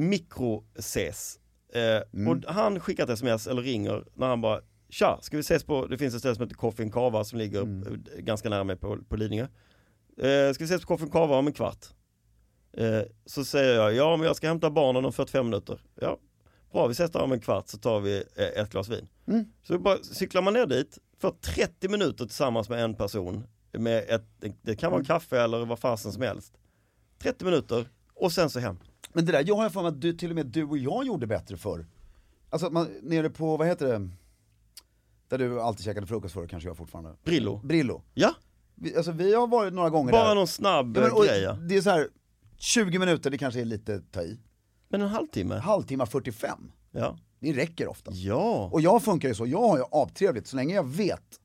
Speaker 2: mikro-ses. Eh, Och han skickar ett sms eller ringer när han bara Tja, ska vi ses på, det finns ett ställe som heter Coffee and Cava som ligger eh, ganska nära mig på, på Lidingö. Eh, ska vi ses på Coffee and Cava om en kvart? Eh, så säger jag, ja men jag ska hämta barnen om 45 minuter. Ja, bra vi ses där om en kvart så tar vi eh, ett glas vin.
Speaker 1: Mm.
Speaker 2: Så bara cyklar man ner dit, får 30 minuter tillsammans med en person. Med ett, det kan vara
Speaker 1: Mm.
Speaker 2: kaffe eller vad fasen som helst. 30 minuter och sen så hem.
Speaker 1: Men det där jag har jag för mig att du, till och med du och jag gjorde bättre förr. Alltså att man, nere på, vad heter det, där du alltid käkade frukost förr, kanske jag fortfarande.
Speaker 2: Brillo.
Speaker 1: Brillo.
Speaker 2: Ja,
Speaker 1: Vi, alltså vi har varit några gånger
Speaker 2: bara
Speaker 1: där.
Speaker 2: någon snabb
Speaker 1: ja, men,
Speaker 2: eh,
Speaker 1: och,
Speaker 2: grej. ja.
Speaker 1: Det är så här, 20 minuter, det kanske är lite att ta i.
Speaker 2: Men en halvtimme.
Speaker 1: Halvtimme 45,
Speaker 2: Ja.
Speaker 1: det räcker ofta.
Speaker 2: Ja.
Speaker 1: Och jag funkar ju så, jag har ju aptrevligt så länge jag vet.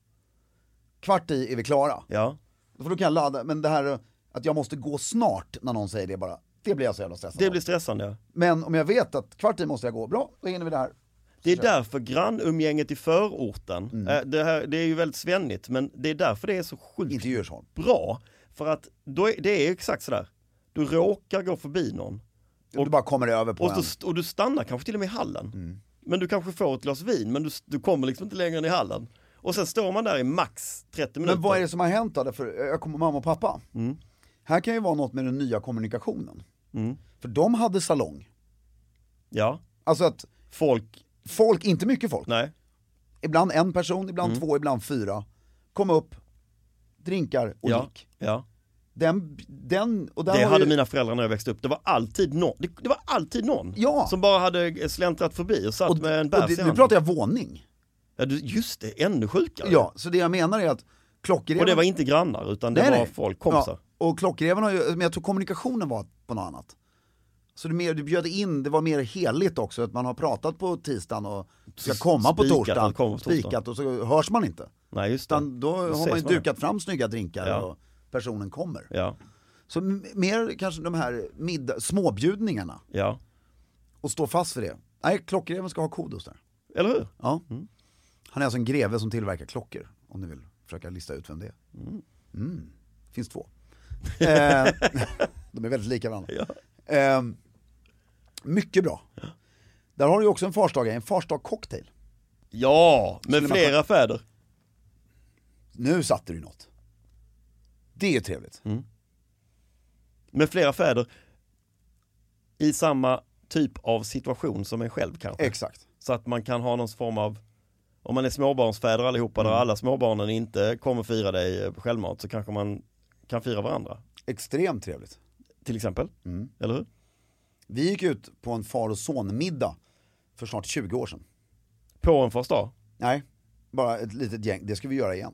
Speaker 1: Kvart i är vi klara.
Speaker 2: ja.
Speaker 1: För då kan jag ladda, men det här att jag måste gå snart när någon säger det bara, det blir jag så jävla stressad
Speaker 2: Det
Speaker 1: av.
Speaker 2: blir stressande. ja.
Speaker 1: Men om jag vet att kvart i måste jag gå, bra, då hinner vi det här.
Speaker 2: Det är därför grannumgänget i förorten,
Speaker 1: Mm.
Speaker 2: eh, det, här, det är ju väldigt svennigt men det är därför det är så sjukt
Speaker 1: Inte i Djursholm.
Speaker 2: bra. För att då är, det är exakt sådär, du råkar gå förbi någon
Speaker 1: Och du bara kommer över på
Speaker 2: och,
Speaker 1: en. Mm.
Speaker 2: så, och du stannar kanske till och med i hallen. Men du kanske får ett glas vin men du, du kommer liksom inte längre än i hallen. Och sen står man där i max 30 minuter.
Speaker 1: Men vad är det som har hänt då? Därför, eh, jag kommer mamma och pappa.
Speaker 2: Mm.
Speaker 1: Här kan ju vara något med den nya kommunikationen. För de hade salong.
Speaker 2: Ja,
Speaker 1: Alltså att
Speaker 2: folk,
Speaker 1: folk, inte mycket folk,
Speaker 2: nej. Mm.
Speaker 1: ibland en person, ibland två, ibland fyra, kom upp, drinkar och
Speaker 2: Ja,
Speaker 1: gick.
Speaker 2: ja.
Speaker 1: Den, den, och där
Speaker 2: Det
Speaker 1: har
Speaker 2: hade
Speaker 1: ju,
Speaker 2: mina föräldrar när jag växte upp, det var alltid någon, det, det var alltid någon
Speaker 1: Ja.
Speaker 2: som bara hade släntrat förbi och satt
Speaker 1: och,
Speaker 2: med en
Speaker 1: och
Speaker 2: bärs i
Speaker 1: det, Nu
Speaker 2: handen.
Speaker 1: pratar jag våning.
Speaker 2: Ja, du, just det, ännu sjukare.
Speaker 1: Ja, så det jag menar är att klockreven...
Speaker 2: Och det var inte grannar utan det
Speaker 1: Nej,
Speaker 2: var
Speaker 1: nej.
Speaker 2: folk, kompisar.
Speaker 1: Ja, och klockreven har ju, men jag tror kommunikationen var på något annat. Så det mer, du bjöd in, det var mer heligt också, att man har pratat på tisdagen och ska komma på
Speaker 2: Spikat,
Speaker 1: torsdagen,
Speaker 2: att komma på torsdagen.
Speaker 1: spikat och så hörs man inte.
Speaker 2: Nej just det.
Speaker 1: Utan då har
Speaker 2: ses
Speaker 1: man ju
Speaker 2: man.
Speaker 1: dukat fram snygga drinkar
Speaker 2: Ja.
Speaker 1: och personen kommer.
Speaker 2: Ja,
Speaker 1: Så m- mer kanske de här middag, småbjudningarna
Speaker 2: ja.
Speaker 1: och stå fast för det. Nej, klockreven ska ha kodos där.
Speaker 2: Eller hur?
Speaker 1: Ja. Han är alltså en greve som tillverkar klockor, om ni vill försöka lista ut vem det är. Mm. Finns två. eh, (laughs) de är väldigt lika varandra. Eh, mycket bra. Där har du ju också en farsdag, en farsdag-cocktail.
Speaker 2: Ja, med
Speaker 1: Skulle man
Speaker 2: flera fäder.
Speaker 1: Nu satte du något. Det är trevligt.
Speaker 2: Med flera fäder i samma typ av situation som en själv kanske.
Speaker 1: Exakt.
Speaker 2: Så att man kan ha någon form av, om man är småbarnsfäder allihopa
Speaker 1: Mm.
Speaker 2: där alla småbarnen inte kommer fira dig eh, på självmat så kanske man kan fira varandra.
Speaker 1: Extremt trevligt.
Speaker 2: Till exempel.
Speaker 1: Mm.
Speaker 2: Eller hur?
Speaker 1: Vi gick ut på en far och son-middag för snart 20 år sedan.
Speaker 2: På en fars dag.
Speaker 1: Nej, bara ett litet gäng. Det ska vi göra igen.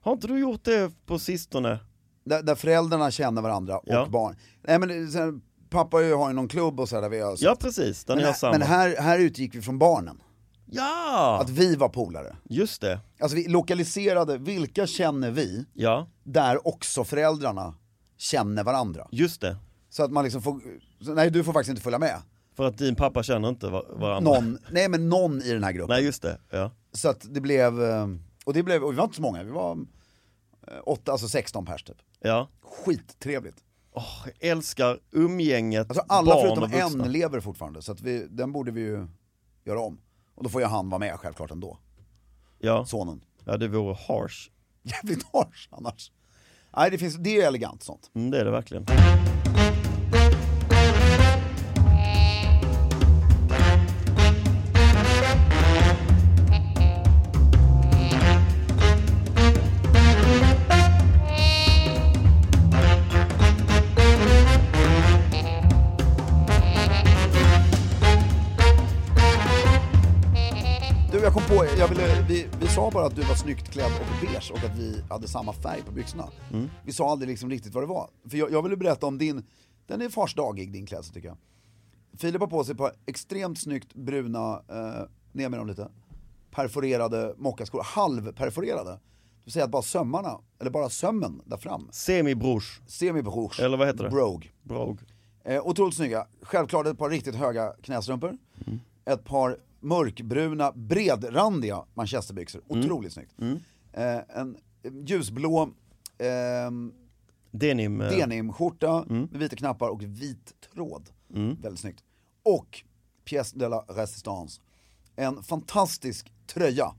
Speaker 2: Har inte du gjort det på sistone?
Speaker 1: Där, där föräldrarna känner varandra och
Speaker 2: Ja.
Speaker 1: barn. Nej men det- sen, pappa har ju- har ju någon klubb och så här där vi har
Speaker 2: Ja precis, där ni
Speaker 1: men,
Speaker 2: har
Speaker 1: här-
Speaker 2: samma.
Speaker 1: men här, här utgick vi från barnen.
Speaker 2: Ja!
Speaker 1: Att vi var polare.
Speaker 2: Just det,
Speaker 1: Alltså vi lokaliserade, vilka känner vi?
Speaker 2: ja,
Speaker 1: Där också föräldrarna känner varandra.
Speaker 2: just det.
Speaker 1: Så att man liksom får, så, nej du får faktiskt inte följa med.
Speaker 2: För att din pappa känner inte var- varandra.
Speaker 1: Någon, nej men någon i den här gruppen.
Speaker 2: Nej just det, ja.
Speaker 1: Så att det blev, eh, och det blev, och vi var inte så många, vi var eh, åtta, alltså 16 pers typ.
Speaker 2: ja.
Speaker 1: Skittrevligt.
Speaker 2: Åh, jag älskar umgänget,
Speaker 1: Alltså alla
Speaker 2: barn och
Speaker 1: förutom
Speaker 2: vuxna.
Speaker 1: en lever fortfarande, så att vi, den borde vi ju göra om. Och då får ju han vara med självklart ändå,
Speaker 2: Ja.
Speaker 1: sonen. (laughs)
Speaker 2: ja, det vore harsh.
Speaker 1: Jävligt harsh annars. Nej, det, finns, det är ju elegant sånt.
Speaker 2: Mm, det är det verkligen.
Speaker 1: Du, jag kom på, jag ville, vi, vi sa bara att du var snyggt klädd och beige och att vi hade samma färg på byxorna.
Speaker 2: Mm.
Speaker 1: Vi sa aldrig liksom riktigt vad det var. För jag, jag ville berätta om din, den är farsdagig din klädsel tycker jag. Filip har på sig ett par extremt snyggt bruna, eh, ner med dem lite, perforerade mockaskor, halvperforerade. Du säger att bara sömmarna, eller bara sömmen där fram,
Speaker 2: Semibrors,
Speaker 1: semi-broge,
Speaker 2: eller vad heter det?
Speaker 1: brogue.
Speaker 2: Brog.
Speaker 1: Eh, otroligt snygga. Självklart ett par riktigt höga knästrumpor. Ett par mörkbruna, bredrandiga manchesterbyxor. Otroligt snyggt. Eh, en ljusblå ehm,
Speaker 2: Denim. eh,
Speaker 1: denimskjorta med vita knappar och vit tråd. Väldigt snyggt. Och pièce de la résistance. En fantastisk tröja.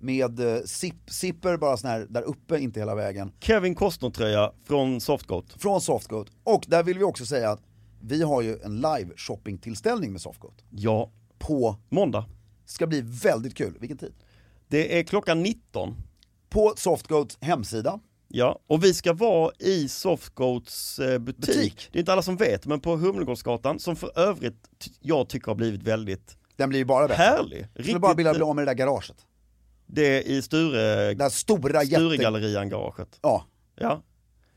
Speaker 1: Med eh, zip, zipper bara sån här där uppe, inte hela vägen.
Speaker 2: Kevin Costner-tröja från Softcoat.
Speaker 1: Från Softgoat. Och där vill vi också säga att vi har ju en live shoppingtillställning med Softgoat.
Speaker 2: Ja,
Speaker 1: På,
Speaker 2: måndag.
Speaker 1: ska bli väldigt kul, vilken tid?
Speaker 2: Det är klockan 19.
Speaker 1: På Softgoats hemsida.
Speaker 2: Ja, och vi ska vara i Softgoats eh, butik.
Speaker 1: Butik.
Speaker 2: Det är inte alla som vet, men på Humlegårdsgatan, som för övrigt ty- jag tycker har blivit väldigt
Speaker 1: Den blir ju bara bättre.
Speaker 2: härlig.
Speaker 1: Jag skulle bara vilja bli av med det där garaget.
Speaker 2: Det är i Sture,
Speaker 1: Det där stora jätte...
Speaker 2: Sturegallerian-garaget.
Speaker 1: Ja,
Speaker 2: Ja.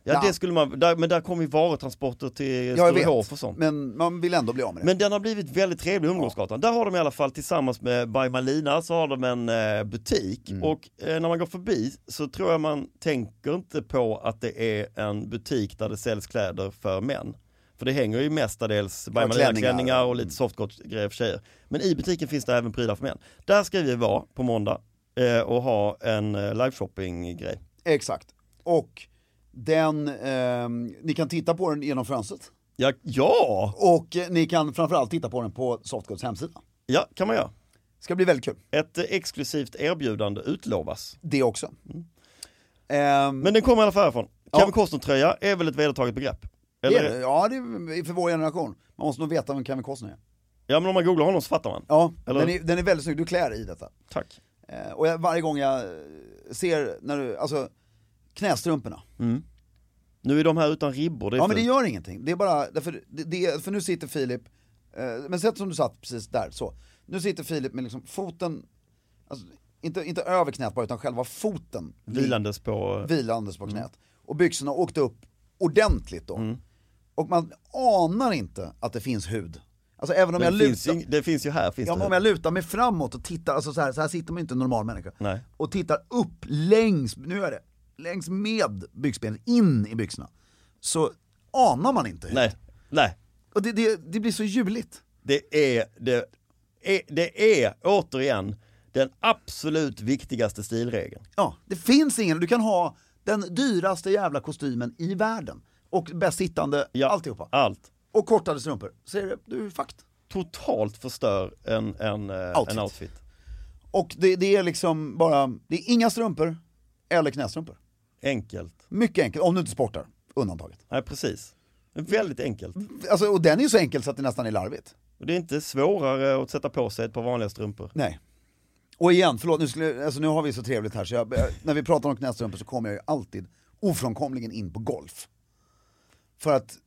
Speaker 2: Ja,
Speaker 1: Ja.
Speaker 2: det skulle man, där, men där kommer ju varutransporter till
Speaker 1: jag
Speaker 2: Sturehof och
Speaker 1: vet.
Speaker 2: sånt.
Speaker 1: Men man vill ändå bli av med det.
Speaker 2: Men den har blivit väldigt trevlig, Humlegårdsgatan. Där har de i alla fall tillsammans med By Malina så har de en eh, butik
Speaker 1: Mm.
Speaker 2: och eh, när man går förbi så tror jag man tänker inte på att det är en butik där det säljs kläder för män. För det hänger ju mestadels By
Speaker 1: Ja, Mm. klänningar.
Speaker 2: Malina-klänningar och lite softgott-grejer för tjejer. Men i butiken finns det även prylar för män. Där ska vi vara på måndag eh, och ha en eh, liveshopping-grej.
Speaker 1: Exakt. Och den, ehm, ni kan titta på den genom fönstret.
Speaker 2: Ja, ja,
Speaker 1: Och eh, ni kan framförallt titta på den på Softgoats hemsida.
Speaker 2: ja, kan man göra.
Speaker 1: Ska bli väldigt kul,
Speaker 2: Ett eh, exklusivt erbjudande utlovas.
Speaker 1: det också. Ehm,
Speaker 2: Mm. Men den kommer i alla fall härifrån.
Speaker 1: Ja.
Speaker 2: Kevin Costner-tröja är väl ett vedertaget begrepp?
Speaker 1: Det
Speaker 2: Eller?
Speaker 1: är det. Ja, eh, det är för vår generation. Man måste nog veta vem Kevin Costner är.
Speaker 2: Ja men om man googlar honom så fattar man.
Speaker 1: Ja,
Speaker 2: Eller-
Speaker 1: den är, den är väldigt snygg. Du klär i detta.
Speaker 2: Tack.
Speaker 1: Eh, och jag, varje gång jag ser, när du, alltså knästrumporna.
Speaker 2: Nu är de här utan ribbor, det är
Speaker 1: Ja men det
Speaker 2: fint.
Speaker 1: gör ingenting. Det är bara, därför, det, det, för nu sitter Filip, eh, men sätt som du satt precis där, så. Nu sitter Filip med liksom foten, alltså, inte, inte över knät bara utan själva foten.
Speaker 2: Vilandes på...
Speaker 1: vilandes
Speaker 2: Mm.
Speaker 1: på knät. Och byxorna åkte upp ordentligt då. Och man anar inte att det finns hud. Alltså även om
Speaker 2: Det
Speaker 1: jag
Speaker 2: finns, ju,
Speaker 1: lutar,
Speaker 2: ing- det finns ju här, finns
Speaker 1: ja,
Speaker 2: det
Speaker 1: men om jag lutar mig framåt och tittar, alltså så här, så här sitter man ju inte en normal människa.
Speaker 2: Nej.
Speaker 1: Och tittar upp längs, nu är det, längs med byxbenet, in i byxorna. Så anar man inte hud.
Speaker 2: Nej, nej.
Speaker 1: Och det, det, det blir så ljuvligt.
Speaker 2: Det är, det, är, det är återigen den absolut viktigaste stilregeln.
Speaker 1: Ja, det finns ingen, du kan ha den dyraste jävla kostymen i världen. Och bäst sittande,
Speaker 2: Ja,
Speaker 1: alltihopa.
Speaker 2: Allt.
Speaker 1: Och kortade strumpor. Så är det, du är fakt.
Speaker 2: Totalt förstör en, en, eh,
Speaker 1: Outfit.
Speaker 2: en outfit.
Speaker 1: Och det, det är liksom bara, det är inga strumpor eller knästrumpor.
Speaker 2: Enkelt.
Speaker 1: Mycket enkelt, om du inte sportar, undantaget.
Speaker 2: Nej precis. Väldigt enkelt.
Speaker 1: Alltså, och den är ju så enkel så att det nästan är larvigt.
Speaker 2: Och det är inte svårare att sätta på sig ett par vanliga strumpor.
Speaker 1: Nej. Och igen, förlåt, nu, skulle, alltså, nu har vi så trevligt här så jag, när vi pratar om knästrumpor så kommer jag ju alltid ofrånkomligen in på golf. För att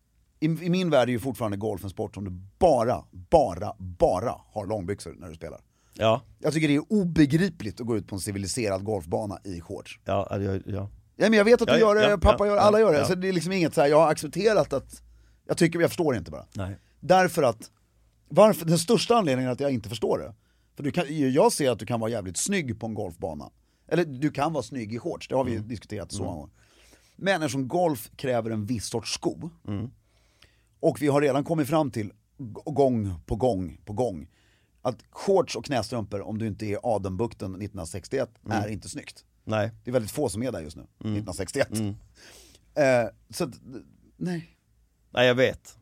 Speaker 1: i, i min värld är ju fortfarande golf en sport som du bara, bara, bara har långbyxor när du spelar.
Speaker 2: Ja,
Speaker 1: Jag tycker det är obegripligt att gå ut på en civiliserad golfbana i shorts.
Speaker 2: ja, ja, ja.
Speaker 1: Ja, men jag vet att du
Speaker 2: Ja,
Speaker 1: gör det,
Speaker 2: ja,
Speaker 1: pappa
Speaker 2: ja,
Speaker 1: gör det, alla gör det.
Speaker 2: ja.
Speaker 1: Så det är liksom inget så här, jag har accepterat att, jag tycker, jag förstår inte bara.
Speaker 2: Nej.
Speaker 1: Därför att, varför, den största anledningen att jag inte förstår det, för du kan, jag ser att du kan vara jävligt snygg på en golfbana. Eller du kan vara snygg i shorts, det har vi
Speaker 2: Mm.
Speaker 1: ju diskuterat så många gånger. Men eftersom golf kräver en viss sorts sko,
Speaker 2: Mm.
Speaker 1: och vi har redan kommit fram till, g- gång på gång på gång, att shorts och knästrumpor, om du inte är Adenbukten 1961,
Speaker 2: Mm.
Speaker 1: är inte snyggt.
Speaker 2: Nej.
Speaker 1: Det är väldigt få som är där just
Speaker 2: Mm.
Speaker 1: nu, 1961. Eh, så att, nej.
Speaker 2: Nej jag vet.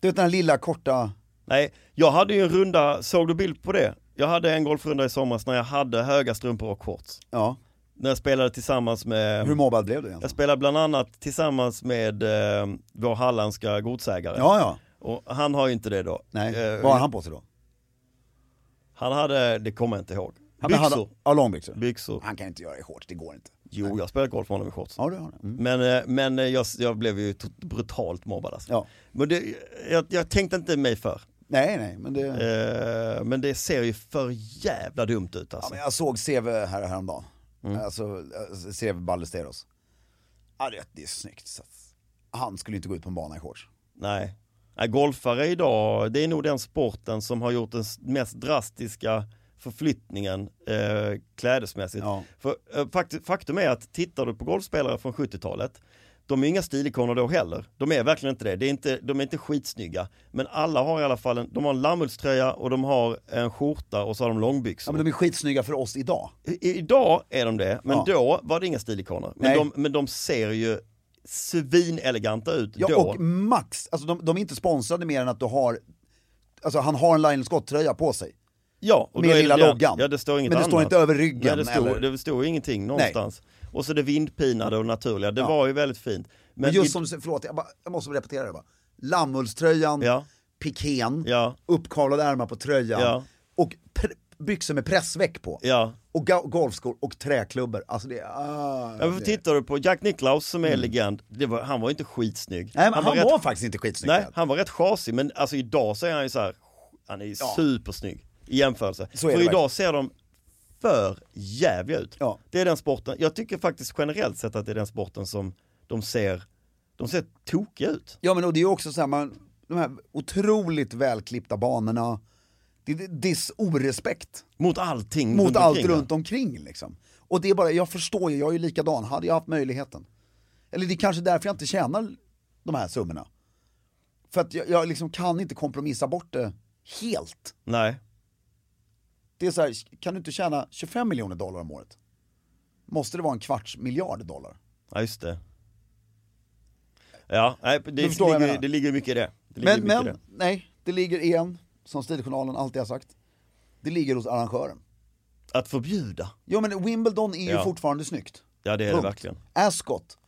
Speaker 1: Du vet den här lilla korta,
Speaker 2: Nej, jag hade ju en runda, såg du bild på det? Jag hade en golfrunda i somras när jag hade höga strumpor och shorts.
Speaker 1: ja.
Speaker 2: När jag spelade tillsammans med
Speaker 1: Hur mobbad blev du
Speaker 2: Jag
Speaker 1: egentligen?
Speaker 2: spelade bland annat tillsammans med eh, vår halländska godsägare.
Speaker 1: Ja, ja.
Speaker 2: Och han har ju inte det då.
Speaker 1: Nej,
Speaker 2: Eh,
Speaker 1: vad har han på sig då?
Speaker 2: han hade, det kommer jag inte ihåg.
Speaker 1: Han
Speaker 2: byxor.
Speaker 1: Hade, ja, långbyxor.
Speaker 2: Byxor.
Speaker 1: Han kan inte göra det i shorts, det går inte.
Speaker 2: Jo, jag spelade golf med honom i shorts.
Speaker 1: Ja, det har han. Mm.
Speaker 2: Men, eh, men eh, jag, jag blev ju tot- brutalt mobbad alltså.
Speaker 1: Ja.
Speaker 2: Men det, jag, jag tänkte inte mig för.
Speaker 1: Nej, nej, men det...
Speaker 2: Eh, men det ser ju för jävla dumt ut
Speaker 1: Ja,
Speaker 2: alltså.
Speaker 1: men jag såg CV här häromdagen.
Speaker 2: Mm.
Speaker 1: Alltså, eh, CV Ballesteros. Ja, det, det är snyggt. Så att han skulle inte gå ut på en bana i shorts.
Speaker 2: Nej. Nej, golfare idag, det är nog den sporten som har gjort den s- mest drastiska förflyttningen eh, klädesmässigt.
Speaker 1: Ja.
Speaker 2: För, eh, fakt, faktum är att tittar du på golfspelare från 70-talet, de är ju inga stilikoner då heller. De är verkligen inte det. det är inte, de är inte skitsnygga. Men alla har i alla fall en, de har en lammullströja och de har en skjorta och så har de
Speaker 1: Ja,
Speaker 2: långbyxor.
Speaker 1: men de är skitsnygga för oss idag.
Speaker 2: I, idag är de det, men
Speaker 1: Ja.
Speaker 2: då var det inga stilikoner. Men,
Speaker 1: Nej.
Speaker 2: de, men de ser ju svineleganta ut
Speaker 1: Ja,
Speaker 2: då.
Speaker 1: och max, alltså de, de är inte sponsrade mer än att du har, alltså han har en Lionel Scott-tröja på sig.
Speaker 2: Ja,
Speaker 1: Med
Speaker 2: då är
Speaker 1: lilla
Speaker 2: det-
Speaker 1: loggan.
Speaker 2: Ja, det står inget
Speaker 1: Men det
Speaker 2: annat.
Speaker 1: står inte över ryggen,
Speaker 2: Nej, det, står,
Speaker 1: eller?
Speaker 2: det står ingenting någonstans. Och så det vindpinade och naturliga, det
Speaker 1: Ja.
Speaker 2: var ju väldigt fint. Men,
Speaker 1: Men just
Speaker 2: i-
Speaker 1: som du säger, förlåt, jag, bara, jag måste repetera det bara. Lammullströjan,
Speaker 2: Ja.
Speaker 1: pikén,
Speaker 2: Ja.
Speaker 1: uppkavlade ärmar på tröjan
Speaker 2: Ja.
Speaker 1: och pr- byxor med pressväck på.
Speaker 2: Ja.
Speaker 1: Och ga- golfskor och träklubbor. Alltså det är... Ah,
Speaker 2: Ja, för
Speaker 1: det-
Speaker 2: tittar du på Jack Nicklaus som är legend, det var, han var inte skitsnygg.
Speaker 1: Mm. Nej, men han, var,
Speaker 2: rätt,
Speaker 1: faktiskt inte skitsnygg.
Speaker 2: nej,
Speaker 1: heller.
Speaker 2: han var rätt chasig, men alltså idag så är han ju så här, han är ju supersnygg i jämförelse.
Speaker 1: Så är
Speaker 2: för
Speaker 1: det
Speaker 2: idag
Speaker 1: verkligen.
Speaker 2: ser de för jävliga ut.
Speaker 1: Ja.
Speaker 2: Det är den sporten, jag tycker faktiskt generellt sett att det är den sporten som de ser, de ser tokiga ut.
Speaker 1: Ja men och det är ju också så här, man, de här otroligt välklippta banorna, det, det, det är s- orespekt
Speaker 2: Mot allting
Speaker 1: mot
Speaker 2: runt
Speaker 1: allt
Speaker 2: omkring, Mm, ja.
Speaker 1: runt omkring liksom. Och det är bara, jag förstår ju, jag är ju likadan, hade jag haft möjligheten. Eller det är kanske därför jag inte tjänar de här summorna. För att jag, jag liksom kan inte kompromissa bort det helt.
Speaker 2: Nej.
Speaker 1: Det är så här, kan du inte tjäna 25 miljoner dollar om året? Måste det vara en kvarts miljard dollar?
Speaker 2: Ja just det. Ja, nej, det,
Speaker 1: Du förstår vad jag
Speaker 2: ligger,
Speaker 1: menar.
Speaker 2: det ligger mycket i det. det ligger
Speaker 1: Men,
Speaker 2: mycket i
Speaker 1: men nej, det ligger igen, som Stiljournalen alltid har sagt, det ligger hos arrangören.
Speaker 2: det. Att förbjuda,
Speaker 1: Jo men Wimbledon är
Speaker 2: Ja.
Speaker 1: ju fortfarande snyggt.
Speaker 2: ja det är det
Speaker 1: Punkt.
Speaker 2: verkligen.
Speaker 1: Ascot.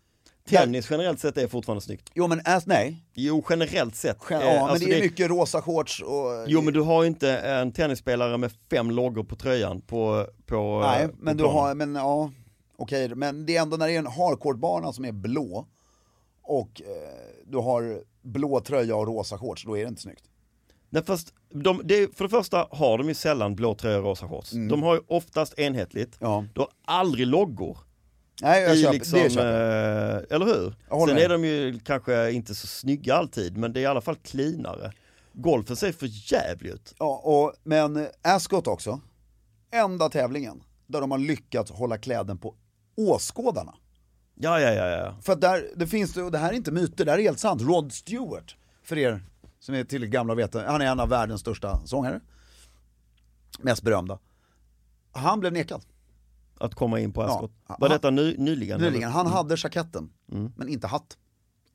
Speaker 2: Tennis generellt sett är fortfarande snyggt.
Speaker 1: Jo men as, nej.
Speaker 2: Jo generellt sett.
Speaker 1: Gen-
Speaker 2: eh,
Speaker 1: ja,
Speaker 2: alltså
Speaker 1: men det är
Speaker 2: det-
Speaker 1: mycket rosa shorts och...
Speaker 2: Jo men du har ju inte en tennisspelare med fem loggor på tröjan på, på eh,
Speaker 1: nej,
Speaker 2: på
Speaker 1: men du
Speaker 2: planen.
Speaker 1: har, men ja. Okej, men det är ändå när det är en hardcourtbana som är blå och eh, du har blå tröja och rosa shorts, då är det inte snyggt.
Speaker 2: Nej, fast de, det, är- för det första har de ju sällan blå tröja och rosa shorts. De har ju oftast enhetligt.
Speaker 1: Mm. Ja.
Speaker 2: Du har aldrig loggor.
Speaker 1: Nej, jag
Speaker 2: i
Speaker 1: köper,
Speaker 2: liksom,
Speaker 1: det köper jag.
Speaker 2: eh, eller hur?
Speaker 1: Jag håller
Speaker 2: Sen
Speaker 1: med.
Speaker 2: är de ju kanske inte så snygga alltid, men det är i alla fall cleanare. Golfen ser för jävligt ut.
Speaker 1: Ja, och, men eh, Ascot också. Enda tävlingen där de har lyckats hålla kläden på åskådarna.
Speaker 2: Ja, ja, ja, ja.
Speaker 1: För att där, det finns det, och det här är inte myter, det här är helt sant. Rod Stewart, för er som är tillräckligt gamla och vet det, han är en av världens största sångare. Mest berömda. Han blev nekad
Speaker 2: Att komma in på Ascot.
Speaker 1: Ja.
Speaker 2: Var detta ny, nyligen?
Speaker 1: nyligen.
Speaker 2: eller?
Speaker 1: Han hade jaketten, men inte hatt.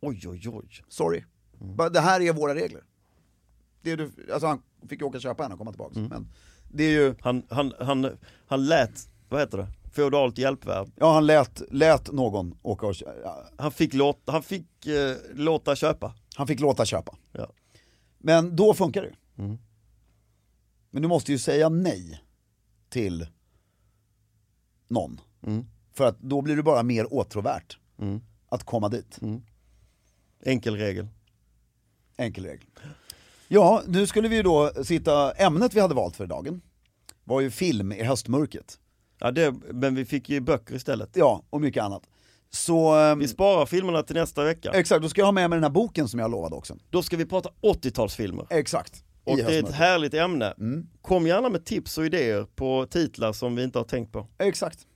Speaker 2: Oj, oj, oj.
Speaker 1: Sorry. Bara, Det här är våra regler. Det du, alltså han fick ju åka och köpa en och komma tillbaka. Men det är ju,
Speaker 2: Han, han, han, han lät, vad heter det, feodalt hjälpvärd.
Speaker 1: ja han lät, lät någon åka och kö- ja,
Speaker 2: Han fick låta, han fick, eh, låta köpa.
Speaker 1: han fick låta köpa.
Speaker 2: Ja.
Speaker 1: Men då funkar det ju.
Speaker 2: Mm.
Speaker 1: Men du måste ju säga nej till någon.
Speaker 2: Mm.
Speaker 1: För att då blir det bara mer åtråvärt att komma dit.
Speaker 2: Mm. Enkel regel.
Speaker 1: Enkel regel. Ja, nu skulle vi ju då sitta, ämnet vi hade valt för dagen var ju film i höstmörkret.
Speaker 2: Ja, det, men vi fick ju böcker istället.
Speaker 1: Ja, och mycket annat. Så, ehm,
Speaker 2: Vi sparar filmerna till nästa vecka.
Speaker 1: exakt, då ska jag ha med mig den här boken som jag lovade också.
Speaker 2: Då ska vi prata 80-talsfilmer.
Speaker 1: Exakt.
Speaker 2: Och
Speaker 1: i
Speaker 2: det är ett
Speaker 1: höstmörkret.
Speaker 2: härligt ämne. Kom gärna med tips och idéer på titlar som vi inte har tänkt på.
Speaker 1: Exakt.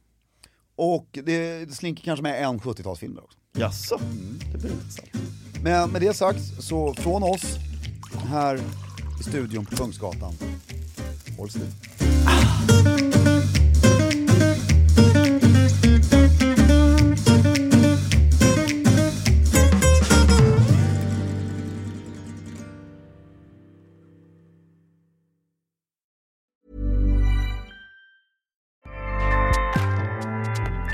Speaker 1: Och det slinker kanske med en 70-talsfilm där också.
Speaker 2: Jaså? Det blir intressant.
Speaker 1: Men med det sagt, så från oss här i studion på Kungsgatan, håll stil.